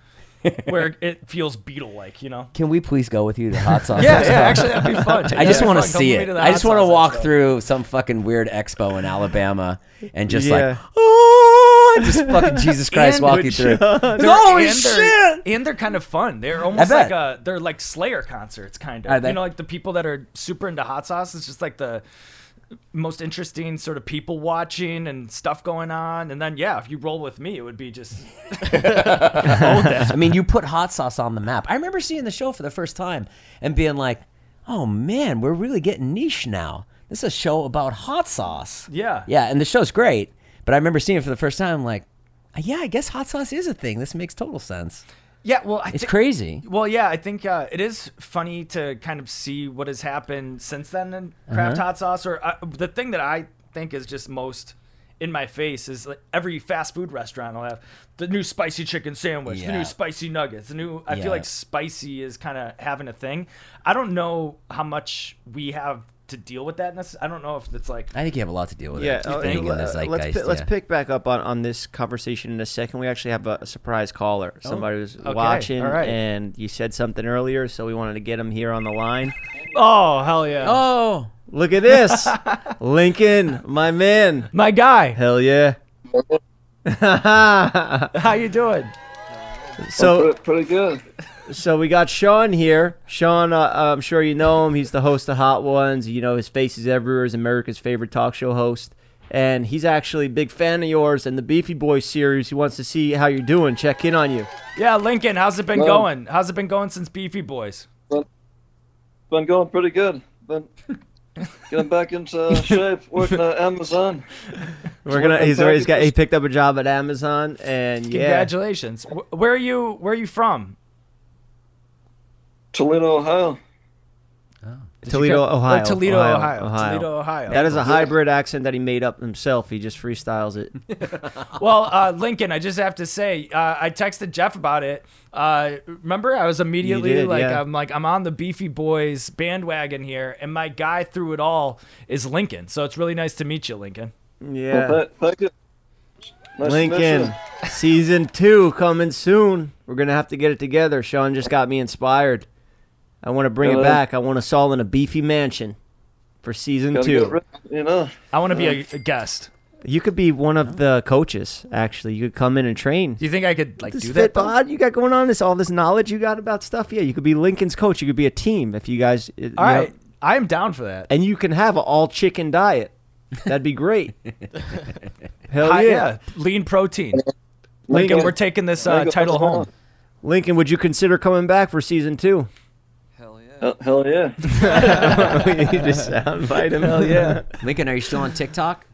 where it feels beetle like, you know. Can we please go with you to Hot Sauce? Yeah, Expo? yeah. Actually, that'd be fun. I That'd just be want to fun. Come see with me it. the I just hot want to sauce walk expo. through some fucking weird expo in Alabama and just Yeah. like, oh, just fucking Jesus Christ And walk you with through. They're- Holy and they're- shit! And they're kind of fun. They're almost like bet. a they're like Slayer concerts, kind Are of. they? You know, like the people that are super into hot sauce. It's just like the most interesting sort of people watching and stuff going on. And then yeah, if you roll with me, it would be just I mean, you put hot sauce on the map. I remember seeing the show for the first time and being like, oh man, we're really getting niche now. This is a show about hot sauce. Yeah. Yeah, and the show's great, but I remember seeing it for the first time, like, yeah, I guess hot sauce is a thing. This makes total sense. yeah. Well, I It's thi- crazy. Well, yeah, I think uh, it is funny to kind of see what has happened since then in Uh-huh. craft hot sauce. Or uh, the thing that I think is just most in my face is like every fast food restaurant will have the new spicy chicken sandwich, the Yeah. new spicy nuggets, the new. I Yeah. feel like spicy is kind of having a thing. I don't know how much we have to deal with that. necess- I don't know if it's like I think you have a lot to deal with. yeah. it. uh, Thing in the let's, pi- zeitgeist, let's yeah. pick back up on, on this conversation in a second. We actually have a, a surprise caller. Somebody who's watching, all right. and you said something earlier, so we wanted to get him here on the line. oh hell yeah, Oh, Look at this, Lincoln, my man. my guy, Hell yeah. how you doing? So Pretty, pretty good. So we got Sean here. Sean, uh, I'm sure you know him. He's the host of Hot Ones. You know his face is everywhere. He's America's favorite talk show host, and he's actually a big fan of yours and the Beefy Boys series. He wants to see how you're doing. Check in on you. Yeah, Lincoln, how's it been Well- going? How's it been going since Beefy Boys? Been going pretty good. Been getting back into shape, working at Amazon. We're gonna. He's already he's got. He picked up a job at Amazon, and yeah, Congratulations. Wh- Where are you? Where are you from? Toledo, Ohio. Toledo, Chica- or Ohio. Toledo, Ohio. Toledo, Ohio. That is a hybrid accent that he made up himself. He just freestyles it. Well, uh, Lincoln, I just have to say, uh, I texted Jeff about it. Uh, remember, I was immediately did, like, yeah. I'm like, I'm on the Beefy Boys bandwagon here, and my guy through it all is Lincoln. So it's really nice to meet you, Lincoln. Yeah. Th- thank you. Nice to meet Lincoln, you. season two coming soon. We're gonna have to get it together. Sean just got me inspired. I want to bring it Hello. back. I want us all in a beefy mansion for season Gotta get two. rid- you know. I want to be a, a guest. You could be one of the coaches. Actually, you could come in and train. Do you think I could like This do that? fit though? bod you got going on, this all this knowledge you got about stuff. Yeah, you could be Lincoln's coach. You could be a team if you guys. All right, All right, I am down for that. and you can have an all chicken diet. That'd be great. Hell Hi- yeah. lean protein. Lincoln, Lincoln, we're taking this uh, Lincoln, title what's going home. on? Lincoln, would you consider coming back for season two? Hell- Hell yeah. we need to soundbite him. Hell yeah. Lincoln, are you still on TikTok?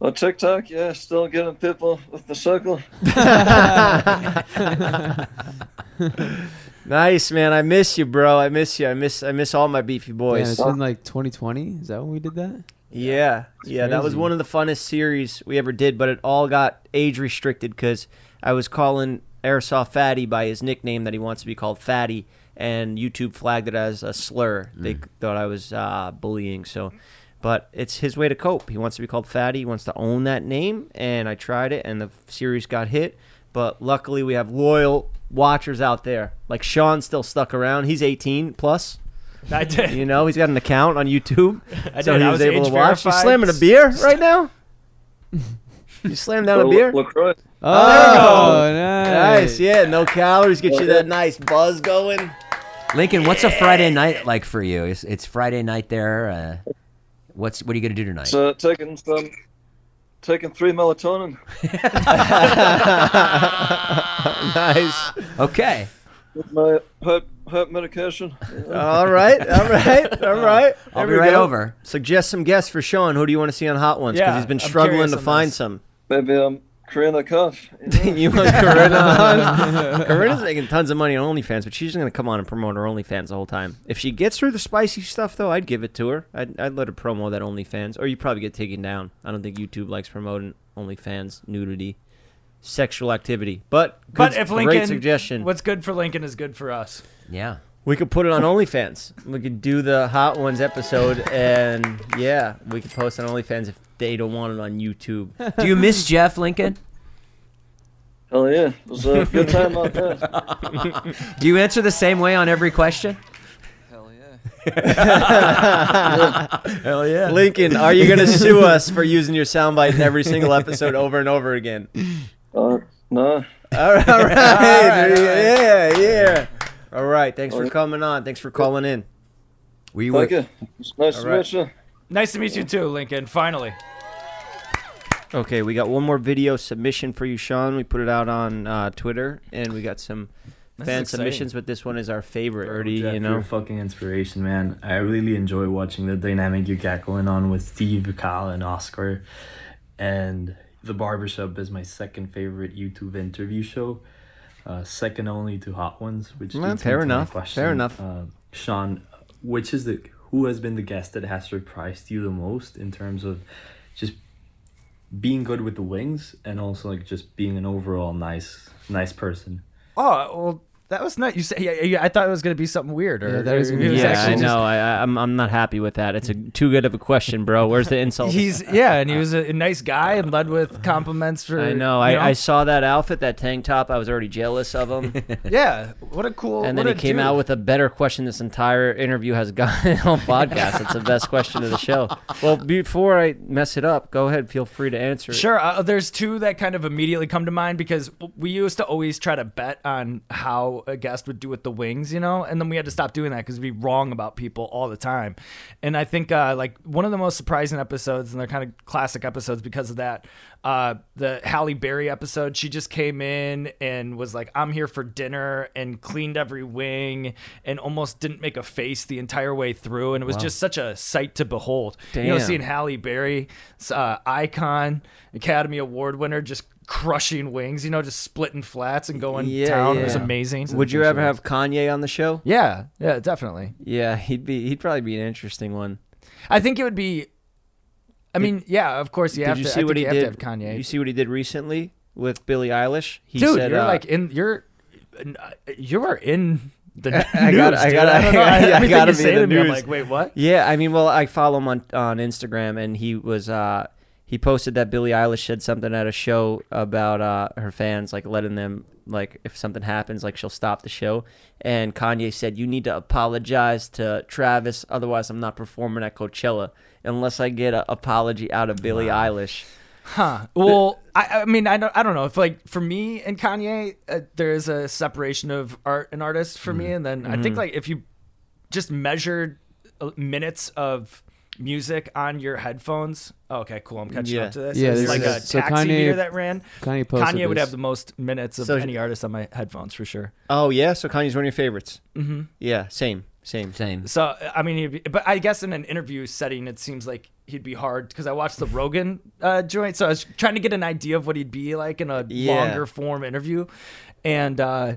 On TikTok, yeah, still getting people with the circle. Nice man, I miss you, bro. I miss you. I miss I miss all my beefy Man, boys. it's been like 2020. Is that when we did that? Yeah, yeah, that was crazy. one of the funnest series we ever did, but it all got age restricted because I was calling Airsoft Fatty by his nickname that he wants to be called Fatty, and YouTube flagged it as a slur. They thought I was uh, bullying, so. But it's his way to cope. He wants to be called Fatty. He wants to own that name, and I tried it, and the series got hit. But luckily, we have loyal watchers out there. Like Sean's still stuck around. He's 18 plus. I did. You know, he's got an account on YouTube, I so did. he I was, was able to age watch. You verified. slamming a beer right now? you slammed down a Well, beer? LaCroix. Oh, nice. Nice, yeah. No calories, get you that nice buzz going. Lincoln, what's a Friday night like for you? It's, it's Friday night there. Uh, what's what are you gonna do tonight? So uh, taking some, taking three melatonin. Nice. Okay, with My heart, heart medication. All right, all right, all right. I'll There be we right go. over. Suggest some guests for Sean. Who do you want to see on Hot Ones? Because Yeah, he's been I'm struggling curious to on find this. some. Maybe I'm Korean a cough. you want Corinna on? Corinna's making tons of money on OnlyFans, but she's going to come on and promote her OnlyFans the whole time. If she gets through the spicy stuff, though, I'd give it to her. I'd, I'd let her promo that OnlyFans, or you probably get taken down. I don't think YouTube likes promoting OnlyFans nudity, sexual activity. But good, But if Lincoln, great suggestion. what's good for Lincoln is good for us. yeah. We could put it on OnlyFans. We could do the Hot Ones episode, and yeah, we could post on OnlyFans if they don't want it on YouTube. Do you miss Jeff Lincoln? Hell yeah, it was a good time out there. Do you answer the same way on every question? Hell yeah. Lincoln, are you going to sue us for using your soundbite in every single episode over and over again? Uh, no, All right, all right, there you- yeah, yeah. All right, thanks for coming on. Thanks for calling in. Were you thank with, you. It's nice to All right. meet you. Nice to meet you too, Lincoln. Finally. Okay, we got one more video submission for you, Sean. We put it out on uh, Twitter, and we got some is fan exciting. submissions, but this one is our favorite. Already, Jeff, you you're a know. fucking inspiration, man. I really enjoy watching the dynamic you got going on with Steve, Kyle, and Oscar. And The Barbershop is my second favorite YouTube interview show, uh, second only to Hot Ones. Which Well, leads me fair to my enough, question. fair enough. Uh, Sean, which is the who has been the guest that has surprised you the most in terms of just being good with the wings and also like just being an overall nice nice person? Oh well, That was nice. You say, yeah, yeah, I thought it was gonna be something weird. Or, Yeah, that is or it was weird. Yeah, I actually just- know. I, I- I'm I'm not happy with that. It's a too good of a question, bro. Where's the insult? He's yeah, and he was a, a nice guy and led with compliments for. I know. you I, I saw that outfit, that tank top. I was already jealous of him. yeah. What a cool. and then he what a came dude. out with a better question this entire interview has gotten on podcast. It's the best question of the show. Well, before I mess it up, go ahead. Feel free to answer it. Sure. Uh, there's two that kind of immediately come to mind because we used to always try to bet on how a guest would do with the wings, you know, and then we had to stop doing that because we'd be wrong about people all the time. And I think uh, like one of the most surprising episodes, and they're kind of classic episodes because of that. Uh, the Halle Berry episode, she just came in and was like, "I'm here for dinner," and cleaned every wing and almost didn't make a face the entire way through, and it was just such a sight to behold. You know, Damn. seeing Halle Berry, uh, icon, Academy Award winner, just crushing wings, you know, just splitting flats and going Yeah, town. It yeah. was amazing. Would you ever have Kanye on the show? Yeah, yeah, definitely. Yeah, he'd be. He'd probably be an interesting one. I think it would be. I mean, yeah, of course you have Did you to. I see think what he you did? have to have Kanye. You see what he did recently with Billie Eilish? He Dude, said, you're uh, like in you're uh, you are in the news. I gotta- I dude. gotta- I don't know. I gotta- I Everything gotta you be say in the to me, I'm news. like, wait, what? Yeah, I mean, well, I follow him on on Instagram, and he was uh, he posted that Billie Eilish said something at a show about uh, her fans, like letting them like if something happens, like she'll stop the show. And Kanye said, "You need to apologize to Travis, otherwise I'm not performing at Coachella unless I get an apology out of Billie Eilish." Huh. Well, I, I mean, I don't, I don't know. If like for me and Kanye, uh, there is a separation of art and artist for Mm-hmm. me, and then I think like if you just measured uh, minutes of music on your headphones. Oh, okay, cool. I'm catching Yeah. up to this. Yeah, It's this like a is- so taxi Kanye- meter that ran. Kanye posted Kanye would this. have the most minutes of So- any artist on my headphones for sure. Oh yeah, so Kanye's one of your favorites. Mm-hmm. Yeah, same, same. Same. So I mean, he'd be, but I guess in an interview setting, it seems like he'd be hard because I watched the Rogan uh, joint, so I was trying to get an idea of what he'd be like in a Yeah. longer form interview, and uh,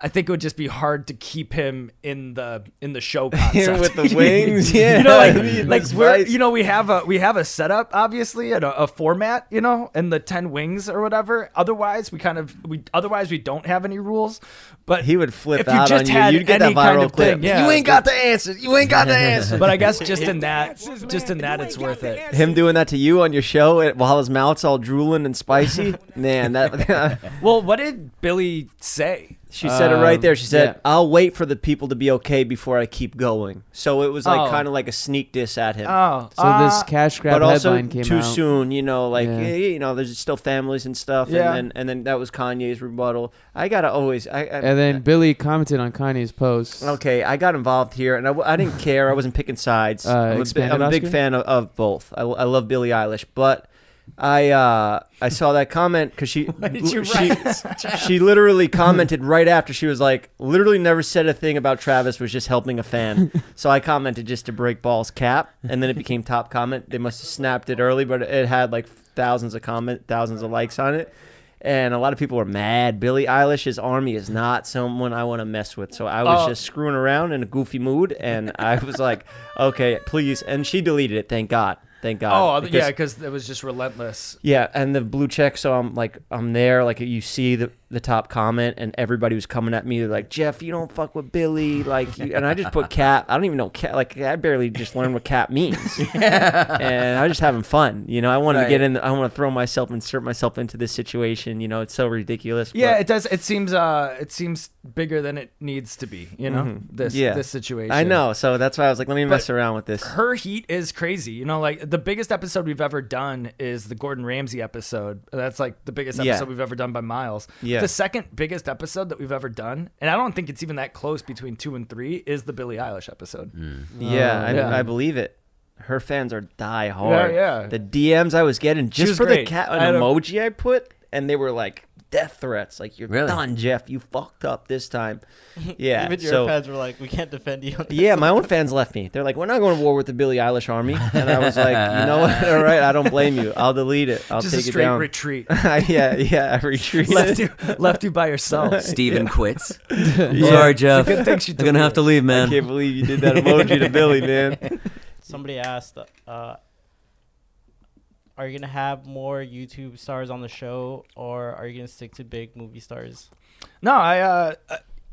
I think it would just be hard to keep him in the in the show concept with the wings, yeah. you know, like, I mean, like that's we're, right. you know, we have a we have a setup, obviously, and a, a format, you know, and the ten wings or whatever. Otherwise, we kind of we otherwise we don't have any rules. But He would flip if you out just on you. had You'd get any that viral kind of clip. Thing, yeah, You ain't got the answers. You ain't got the answers. but I guess just in that, just in that, it's worth it. Him doing that to you on your show it- while his mouth's all drooling and spicy, man. That Well, what did Billy say? she said it right there. She said, Um, yeah. "I'll wait for the people to be okay before I keep going." So it was like Oh. kind of like a sneak diss at him, Oh, So Uh, this cash grab but also headline came too out. soon. You know, like Yeah. eh, you know, there's still families and stuff. Yeah. And then, and then that was Kanye's rebuttal. I gotta always. I, I And then Billy commented on Kanye's post. Okay, I got involved here, and I, w- I didn't care. I wasn't picking sides. Uh, I'm, a, bi- expanded I'm a big Oscar? fan of, of both. I, I love Billie Eilish, but I uh, I saw that comment because she did you she, she literally commented right after she was like, literally never said a thing about Travis was just helping a fan. so I commented just to break Ball's cap, and then it became top comment. They must have snapped it early, but it had like thousands of comment, thousands of likes on it. And a lot of people were mad. Billie Eilish's army is not someone I want to mess with. So I was Oh. just screwing around in a goofy mood, and I was like, "Okay, please." And she deleted it. Thank God. Thank Oh, God. yeah, because it was just relentless. Yeah, and the blue check. So I'm like, I'm there. Like you see the the top comment, and everybody was coming at me. They're like, Jeff, you don't fuck with Billy. Like, you, and I just put cap. I don't even know cap. Like, I barely just learned what cap means. and I was just having fun. You know, I wanted to get in. I want to throw myself, insert myself into this situation. You know, it's so ridiculous. but- Yeah, it does. It seems uh, it seems bigger than it needs to be. You know, this Mm-hmm. yeah. this situation. I know. So that's why I was like, let me mess around with this. her heat is crazy. You know, like the biggest episode we've ever done is the Gordon Ramsay episode. That's like the biggest Yeah. episode we've ever done by miles. Yeah. The second biggest episode that we've ever done, and I don't think it's even that close between two and three, is the Billie Eilish episode. Yeah, I, Oh, yeah. I believe it. Her fans are die hard. yeah. The DMs I was getting just was for great. the cat I an don't- emoji I put, and they were like death threats. Like you're Really? done, Jeff. You fucked up this time. Yeah. Even your so fans were like, we can't defend you. on this." yeah, my own fans left me. They're like, we're not going to war with the Billie Eilish army. And I was like, you know what? All right, I don't blame you. I'll delete it. I'll Just a take it straight down. retreat. yeah, yeah, I retreated. left you left you by yourself. Steven quits. Sorry, Jeff. Good thing I'm she gonna have to leave, I can't man. believe you did that emoji to Billy, man. Somebody asked, uh, are you going to have more YouTube stars on the show or are you going to stick to big movie stars? No, I uh,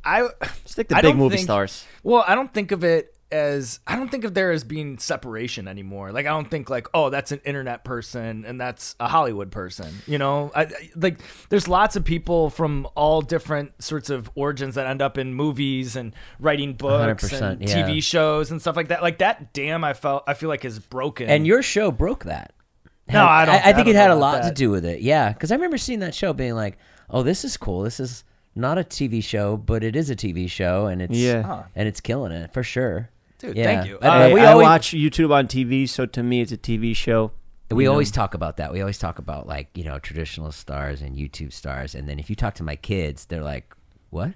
I Stick to I big don't movie think- stars. Well, I don't think of it as I don't think of there as being separation anymore. Like I don't think like oh that's an internet person and that's a Hollywood person. You know, I, I- like there's lots of people from all different sorts of origins that end up in movies and writing books 100%, and yeah. TV shows and stuff like that. Like that damn I felt I feel like is broken. And your show broke that. No, Had- I don't- I, I think don't it had know a about lot to that. do with it. Yeah, because I remember seeing that show, being like, "Oh, this is cool. This is not a TV show, but it is a TV show, and it's Yeah. yeah. and it's killing it for sure." Dude, Yeah. thank you. Uh, I, I, we I always watch YouTube on TV, so to me, it's a TV show. we you know. always talk about that. We always talk about like you know traditional stars and YouTube stars, and then if you talk to my kids, they're like, "What?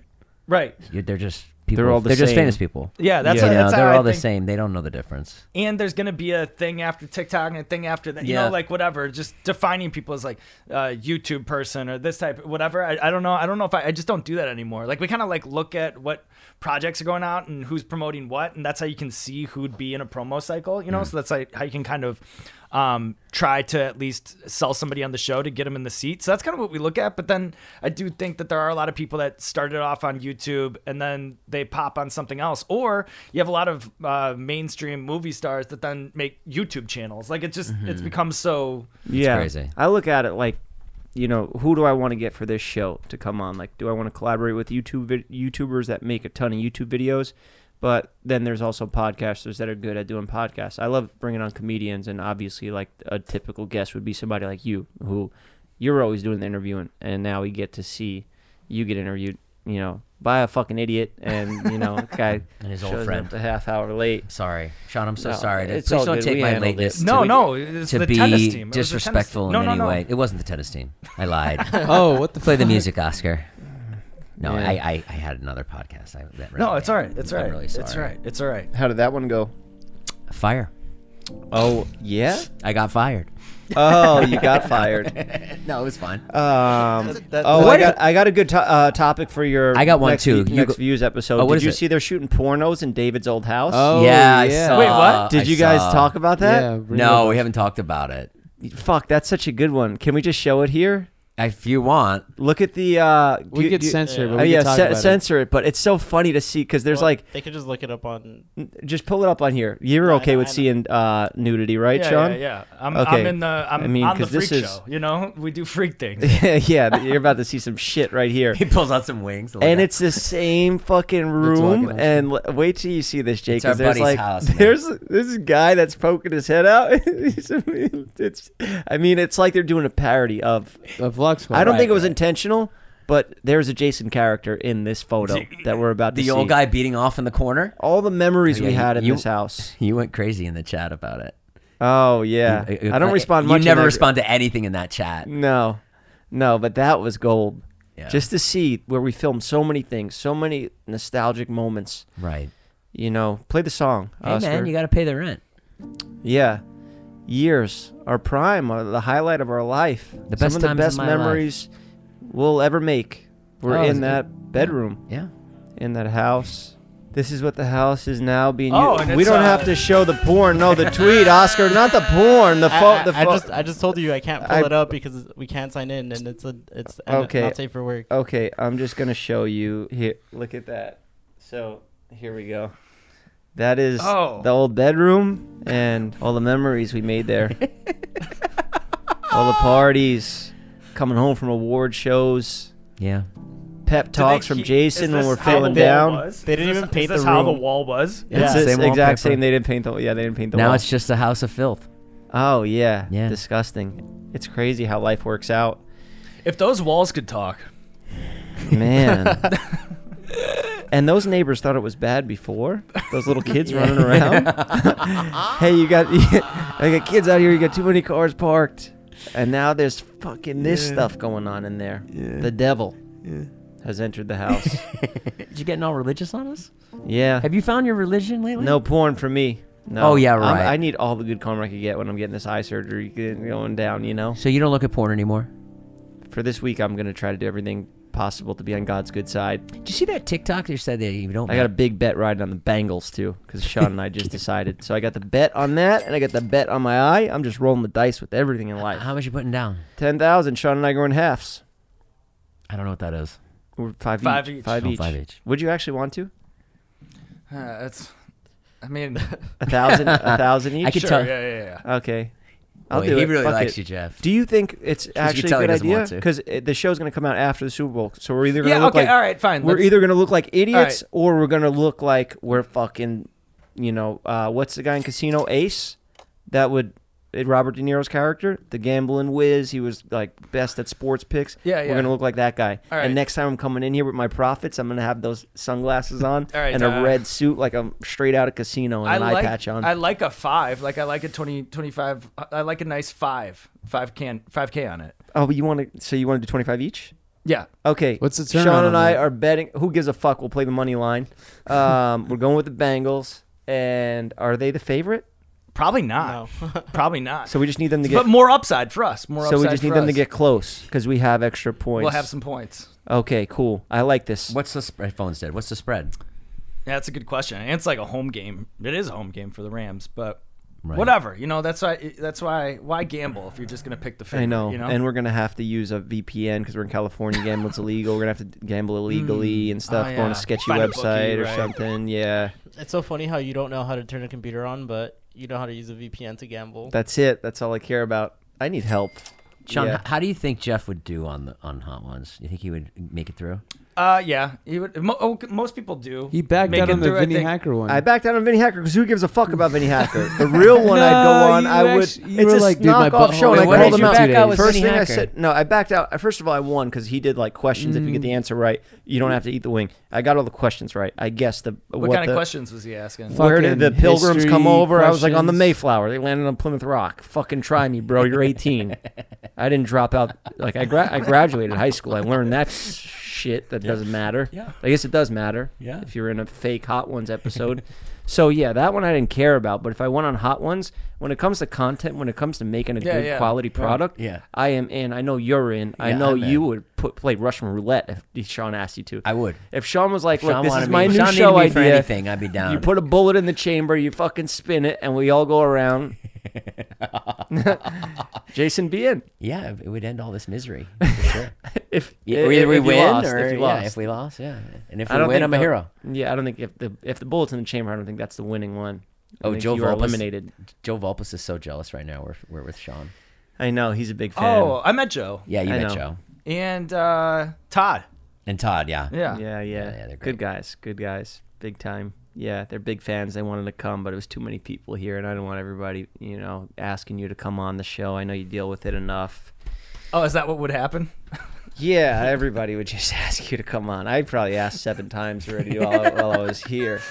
right. You're, they're just people. all the they're just same. famous people. Yeah, that's You what- know, that's how they're I all the think- same. They don't know the difference. and there's gonna be a thing after TikTok and a thing after that. You Yeah. know, like whatever. Just defining people as like uh, YouTube person or this type, whatever. I, I don't know. I don't know if I, I just don't do that anymore. Like we kind of like look at what projects are going out and who's promoting what, and that's how you can see who'd be in a promo cycle. You know, so that's like how you can kind of um, try to at least sell somebody on the show to get them in the seat. So that's kind of what we look at. But then I do think that there are a lot of people that started off on YouTube and then they pop on something else, or you have a lot of uh, mainstream movie stars that then make YouTube channels. Like it just Mm-hmm. it's become so yeah. crazy. I look at it like, you know, who do I want to get for this show to come on? Like, do I want to collaborate with YouTube vid- YouTubers that make a ton of YouTube videos? But then there's also podcasters that are good at doing podcasts. I love bringing on comedians, and obviously, like a typical guest would be somebody like you, who you're always doing the interviewing, and now we get to see you get interviewed, you know, by a fucking idiot, and you know, guy And his old shows up friend. a half hour late. Sorry, Sean. I'm so No, sorry. it's Please all don't good. take We my handled lateness it. no to, no it's to the be tennis team It was the tennis disrespectful team. in no, no, any no. way. It wasn't the tennis team. I lied. Oh, what the Play the fuck? music, Oscar. No, Yeah. I, I I had another podcast. I, that No, really- it's all right. It's all I'm right. really it's all sorry. right. It's all right. How did that one go? Fire. Oh yeah. I got fired. Oh, you got fired. no, it was fine. Um, that- oh, I What- got I got a good to- uh, topic for your. I got one, next too. week- You go- next views episode. Oh, what Did is you it? see they're shooting pornos in David's old house? Oh, yeah, I yeah. saw. Wait, what? Did I you guys saw. talk about Yeah. that? bring No, it we up. haven't talked about it. Fuck, that's such a good one. Can we just show it here? If you want, Look at the. Uh, We do- get do- censored, but Oh, we yeah, can talk cen- about it. censor it. But it's so funny to see because there's Well, like, they could just look it up on. just pull it up on here. You're I okay know, with I know. seeing uh, nudity, right, yeah, Sean? yeah, yeah. I'm, Okay. I'm in the. I'm I mean, on the 'cause this freak is- show. You know, we do freak things. yeah, yeah. You're about to see some shit right here. he pulls out some wings, like and a- it's the same fucking room. And l- wait till you see this, Jake. It's our 'cause there's buddy's like, house, man. There's this guy that's poking his head out. He's- I mean, it's, I mean, it's like they're doing a parody of. A vlog squad. I don't Right, think it was right. intentional, but there's a Jason character in this photo that we're about to the see. old guy beating off in the corner. All the memories Yeah, we you- had in you- this house. You went crazy in the chat about it. Oh yeah, You- you- I don't respond you much. in never that- respond to anything in that chat. No, no, but that was gold. Yeah. Just to see where we filmed so many things, so many nostalgic moments. Right. You know, play the song. Hey Oscar. man, you got to pay the rent. Yeah. Years, our prime, uh, the highlight of our life. The Some best of the times of best my memories we'll ever make. We're Oh, in it's- that bedroom, Yeah. in that house. This is what the house is now being Oh, used. and We it's, don't uh, have to show the porn. No, the tweet, Oscar, not the porn. The I, phone. I- The I pho- just I just told you I can't pull I- it up because we can't sign in and it's a it's and Okay. not safe for work. okay, I'm just gonna show you here. Look at that. So here we go. That is Oh. the old bedroom and all the memories we made there. all the parties, coming home from award shows, Yeah. pep Do they talks from keep- Jason is when this we're how feeling the wall down. was? They didn't Is even this- paint is this the how the room. wall was. Yeah. It's the Same exact wallpaper. same. They didn't paint the. Yeah, they didn't paint the. now wall. it's just a house of filth. Oh yeah. Yeah. Disgusting. It's crazy how life works out. If those walls could talk. Man. and those neighbors thought it was bad before. Those little kids running around. hey, you got I got kids out here. You got too many cars parked, and now there's fucking this stuff going on in there. The devil has entered the house. Did you getting all religious on us? yeah. Have you found your religion lately? no porn for me. No. Oh, yeah, I'm- right. I need all the good karma I could get when I'm getting this eye surgery going down. You know. So you don't look at porn anymore. For this week, I'm gonna try to do everything possible to be on God's good side. Did you see that TikTok that said that you don't? I got a big bet riding on the Bengals too, because Sean and I just decided. So I got the bet on that, and I got the bet on my eye. I'm just rolling the dice with everything in life. How much you putting down? Ten thousand. Sean and I going halves. I don't know what that is. Or five, Five each. each. Five, Oh, each. five each. Would you actually want to? Uh, it's, I mean, A thousand, a thousand each. I could Sure, tell. Yeah, yeah, yeah. Okay. I'll Boy, do he it. really Fuck likes it. you, Jeff. Do you think it's actually tell a he good doesn't idea? want to. Because the show's going to come out after the Super Bowl, so we're either going to Yeah, look okay, like all right, fine, We're let's- either going to look like idiots right. or we're going to look like we're fucking, you know, uh, what's the guy in Casino Ace? That would eh, Robert De Niro's character, the gambling whiz. He was like best at sports picks. Yeah, yeah. We're going to look like that guy. All right. And next time I'm coming in here with my profits, I'm going to have those sunglasses on All right, and a uh, red suit, like I'm straight out of casino, and I an like, eye patch on. I like a five. Like I like a 20, 25. I like a nice five, five can, five K on it. oh, but you want to? So you want to do 25 each? Yeah. Okay. What's the turnaround Sean on and I that? are betting. Who gives a fuck? We'll play the money line. Um, we're going with the Bengals, and are they the favorite? Probably Ah. not. Probably not. So we just need them to get. but more upside for us. More So upside we just need for them to us. get close because we have extra points. We'll have some points. Okay, cool. I like this. What's the spread? Phone's dead. What's the spread? Yeah, that's a good question. And it's like a home game. It is a home game for the Rams, but Right. whatever. You know, that's why. That's why. Why gamble if you're just gonna pick the favorite? I know. You know. and we're gonna have to use a VPN because we're in California. Gambling's illegal. We're gonna have to gamble illegally and stuff. Oh, Go on yeah. a sketchy Find a bookie, website or right. something. Yeah, It's so funny how you don't know how to turn a computer on, but you know how to use a VPN to gamble. that's it. That's all I care about. I need help. Sean, Yeah. h- how do you think Jeff would do on the on Hot Ones? You think he would make it through? uh, yeah. You would, mo- oh, most people do. He backed Make out it on the through, I Vinny think. Hacker one. I backed out on Vinny Hacker because who gives a fuck about Vinny Hacker? The real one I'd No, go on. you I would. actu- you it's were a like, dude, my knock off butthole show, and I hurt. Why called did him you out. back out with First Vinny thing I Hacker? said, no, I backed out. First of all, I won because he did like questions. If you Mm. get the answer right, you don't have to eat the wing. I got all the questions right. I guessed the what, kind the, of questions was he asking? Fuck. Where did the Fucking pilgrims history come over? I was like on the questions. Mayflower. They landed on Plymouth Rock. Fucking try me, bro. You're 18. I didn't drop out. Like I, gra- I graduated high school. I learned that shit that doesn't matter. Yeah. I guess it does matter. Yeah. If you're in a fake Hot Ones episode. so yeah, that one I didn't care about. But if I went on Hot Ones, when it comes to content, when it comes to making a Yeah, good yeah. quality product, Yeah. I am in. I know you're in. I Yeah, know I'm in. you would put play Russian roulette if Sean asked you to. I would. If Sean was like, "Look, Sean this wanted is me- my new Sean needed show me idea," for anything, I'd be down. You put a bullet in the chamber, you fucking spin it, and we all go around. Jason, be in. Yeah, it would end all this misery. For sure. If Yeah, or either we if you win, lost, or if you yeah, lost. if we lost, yeah. And if I we don't win, think I'm a the- hero. Yeah, I don't think if the if the bullet's in the chamber, I don't think that's the winning one. I Oh, think Joe you are Volpes. eliminated. Joe Vulpus is so jealous right now. We're we're with Sean. I know he's a big fan. Oh, I met Joe Yeah, you I met know. Joe and uh, Todd. and Todd. Yeah, Yeah. yeah, yeah, yeah, they're great. good guys, good guys, big time. Yeah, they're big fans. They wanted to come, but it was too many people here, and I don't want everybody, you know, asking you to come on the show. I know you deal with it enough. Oh, is that what would happen? Yeah, everybody would just ask you to come on. I probably asked seven times already while, while I was here.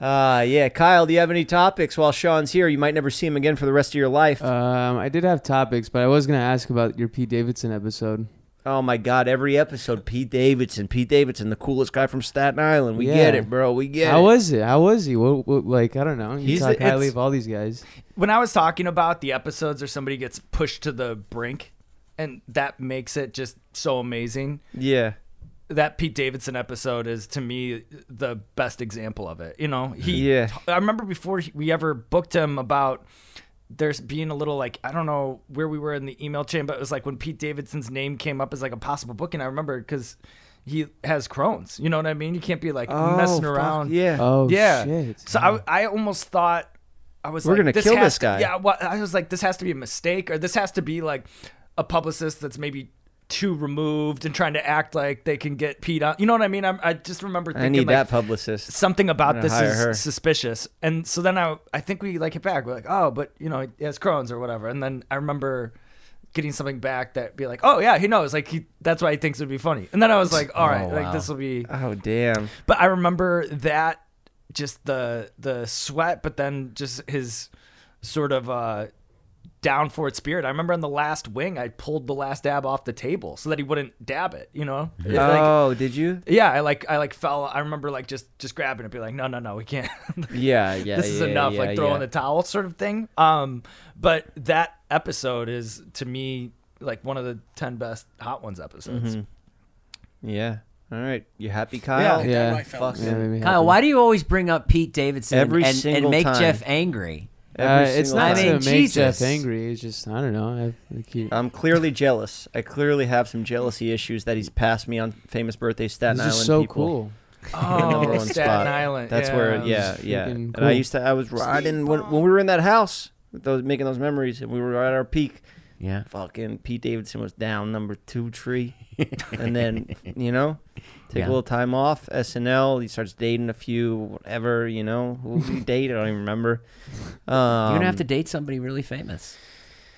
Uh, yeah, Kyle, do you have any topics while Sean's here? You might never see him again for the rest of your life. Uh, um, I did have topics, but I was gonna ask about your Pete Davidson episode. oh my God, every episode, Pete Davidson, Pete Davidson, the coolest guy from Staten Island. We Yeah. get it, bro. We get How it. was it? How was he? What, what, like I don't know. You He's talk the- highly it's- of all these guys. When I was talking about the episodes where somebody gets pushed to the brink, and that makes it just so amazing. yeah. that Pete Davidson episode is to me the best example of it. You know, he. Yeah. I remember before he- we ever booked him about there's being a little like I don't know where we were in the email chain, but it was like when Pete Davidson's name came up as like a possible booking. I remember because he has Crohn's. You know what I mean? You can't be like Oh, messing fuck, around. Yeah. Oh yeah. shit. So I, I almost thought I was We're like, gonna this kill has this to- guy. yeah, well, I was like, this has to be a mistake, or this has to be like a publicist that's maybe too removed and trying to act like they can get Pete on. You know what I mean? I'm, I just remember thinking I need like, that publicist. something about gonna this hire is her. suspicious. And so then I, I think we like hit back. We're like, oh, but you know, he has Crohn's or whatever. And then I remember getting something back that be like, oh yeah, he knows. Like he, that's why he thinks it'd be funny. And then I was like, all right, like wow. this will be. Oh, damn. But I remember that just the the sweat, but then just his sort of uh down for it spirit. I remember in the last wing I pulled the last dab off the table so that he wouldn't dab it, you know? Like, oh, did you? yeah, I like I like fell I remember like just just grabbing it be like, No, no, no, we can't Yeah, yeah. this is yeah, enough, yeah, like throw in yeah. the towel sort of thing. Um but that episode is to me like one of the ten best hot ones episodes. Mm-hmm. Yeah. All right. You happy, Kyle? Yeah. Fucking Yeah, made me Kyle, happy. why do you always bring up Pete Davidson Every and, and single make time. Jeff angry? Uh, Every it's single not time. to make Jeff angry. It's just I don't know. I, I keep, I'm clearly jealous. I clearly have some jealousy issues that he's passed me on famous birthday Staten This is Island. so people. cool. The Oh, number one Staten spot. Island, That's yeah. where, yeah, This is yeah. freaking And cool. I used to, I was riding when, when we were in that house, with those making those memories, and we were at our peak. Yeah. Fucking Pete Davidson was down number two tree, and then you know, take Yeah. a little time off. SNL, he starts dating a few, whatever you know. Who did he date? I don't even remember. Um, You're gonna have to date somebody really famous.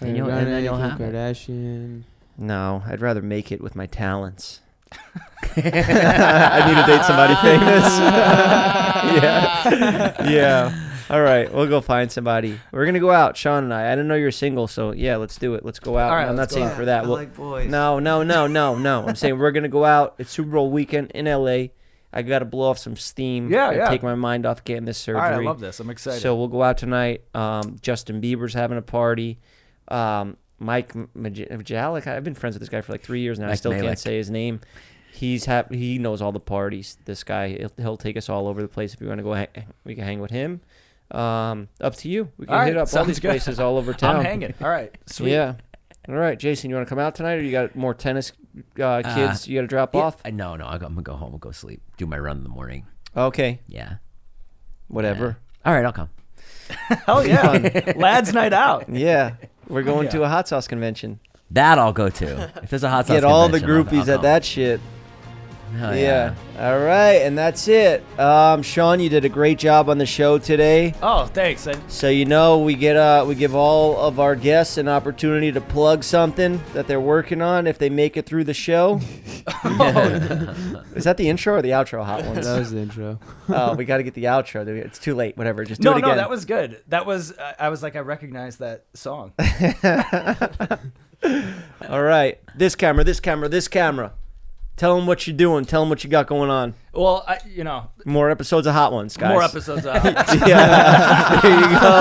And, you'll, and then Ariana, you'll Kim have it. Kardashian. No, I'd rather make it with my talents. I need to date somebody famous. yeah. Yeah. All right, we'll go find somebody. We're gonna go out, Sean and I. I didn't know you were single, so yeah, let's do it. Let's go out. All right, I'm not let's go saying out. for that. I Well, like boys. No, no, no, no, no. I'm saying we're gonna go out. It's Super Bowl weekend in LA. I gotta blow off some steam. Yeah, and yeah. Take my mind off getting this All surgery. right, I love this. I'm excited. So we'll go out tonight. Um, Justin Bieber's having a party. Um, Mike M- Maj- Majalik, I've been friends with this guy for like three years now. I Mike still Malik. can't say his name. He's hap- he knows all the parties. This guy, he'll, he'll take us all over the place if you want to go. Hang- we can hang with him. Um, up to you. We can All right, hit up all sounds these good. places all over I'm town. hanging. All right, sweet. Yeah. All right, Jason, you want to come out tonight, or you got more tennis uh, Uh, kids? you got to drop yeah, off. I- No, no. I'll go- I'm gonna go home and go sleep. Do my run in the morning. Okay, Yeah. whatever. All right, I'll come. Hell yeah, lads' night out. Yeah, we're going Yeah. to a hot sauce convention. That I'll go to. If there's a hot sauce, Get all the convention, I'll- groupies I'll at come. that shit. Hell Oh, yeah. All right, and that's it. Um, Sean, you did a great job on the show today. Oh, thanks. I, So you know we get uh, we give all of our guests an opportunity to plug something that they're working on if they make it through the show. Is that the intro or the outro? Hot ones. That was the intro. oh, we got to get the outro. It's too late. Whatever. Just do no, it again. no, that was good. That was. I I was like, I recognize that song. all right. This camera. This camera. This camera. Tell them what you're doing. Tell them what you got going on. well, I, you know, More episodes of Hot Ones, guys. more episodes. Out. yeah. There you go.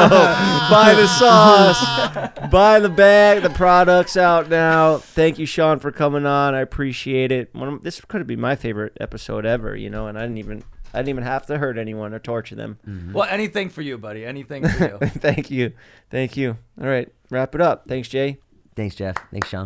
Buy the sauce. Buy the bag. The product's out now. Thank you, Sean, for coming on. I appreciate it. One of, this could have been my favorite episode ever, you know, and I didn't even I didn't even have to hurt anyone or torture them. well, anything for you, buddy. Anything for you. Thank you. Thank you. All right. Wrap it up. Thanks, Jay. Thanks, Jeff. Thanks, Sean.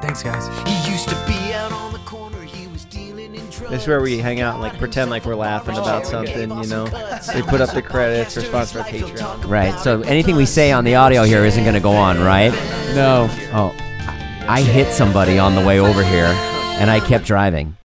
Thanks, guys. He used to be out on the corner, he was dealing in drugs. This is where we hang out and like pretend like we're laughing about something, you know. They put up the credits or sponsor our Patreon. Right. So anything we say on the audio here isn't going to go on, right? No. Oh, I- I hit somebody on the way over here, and I kept driving.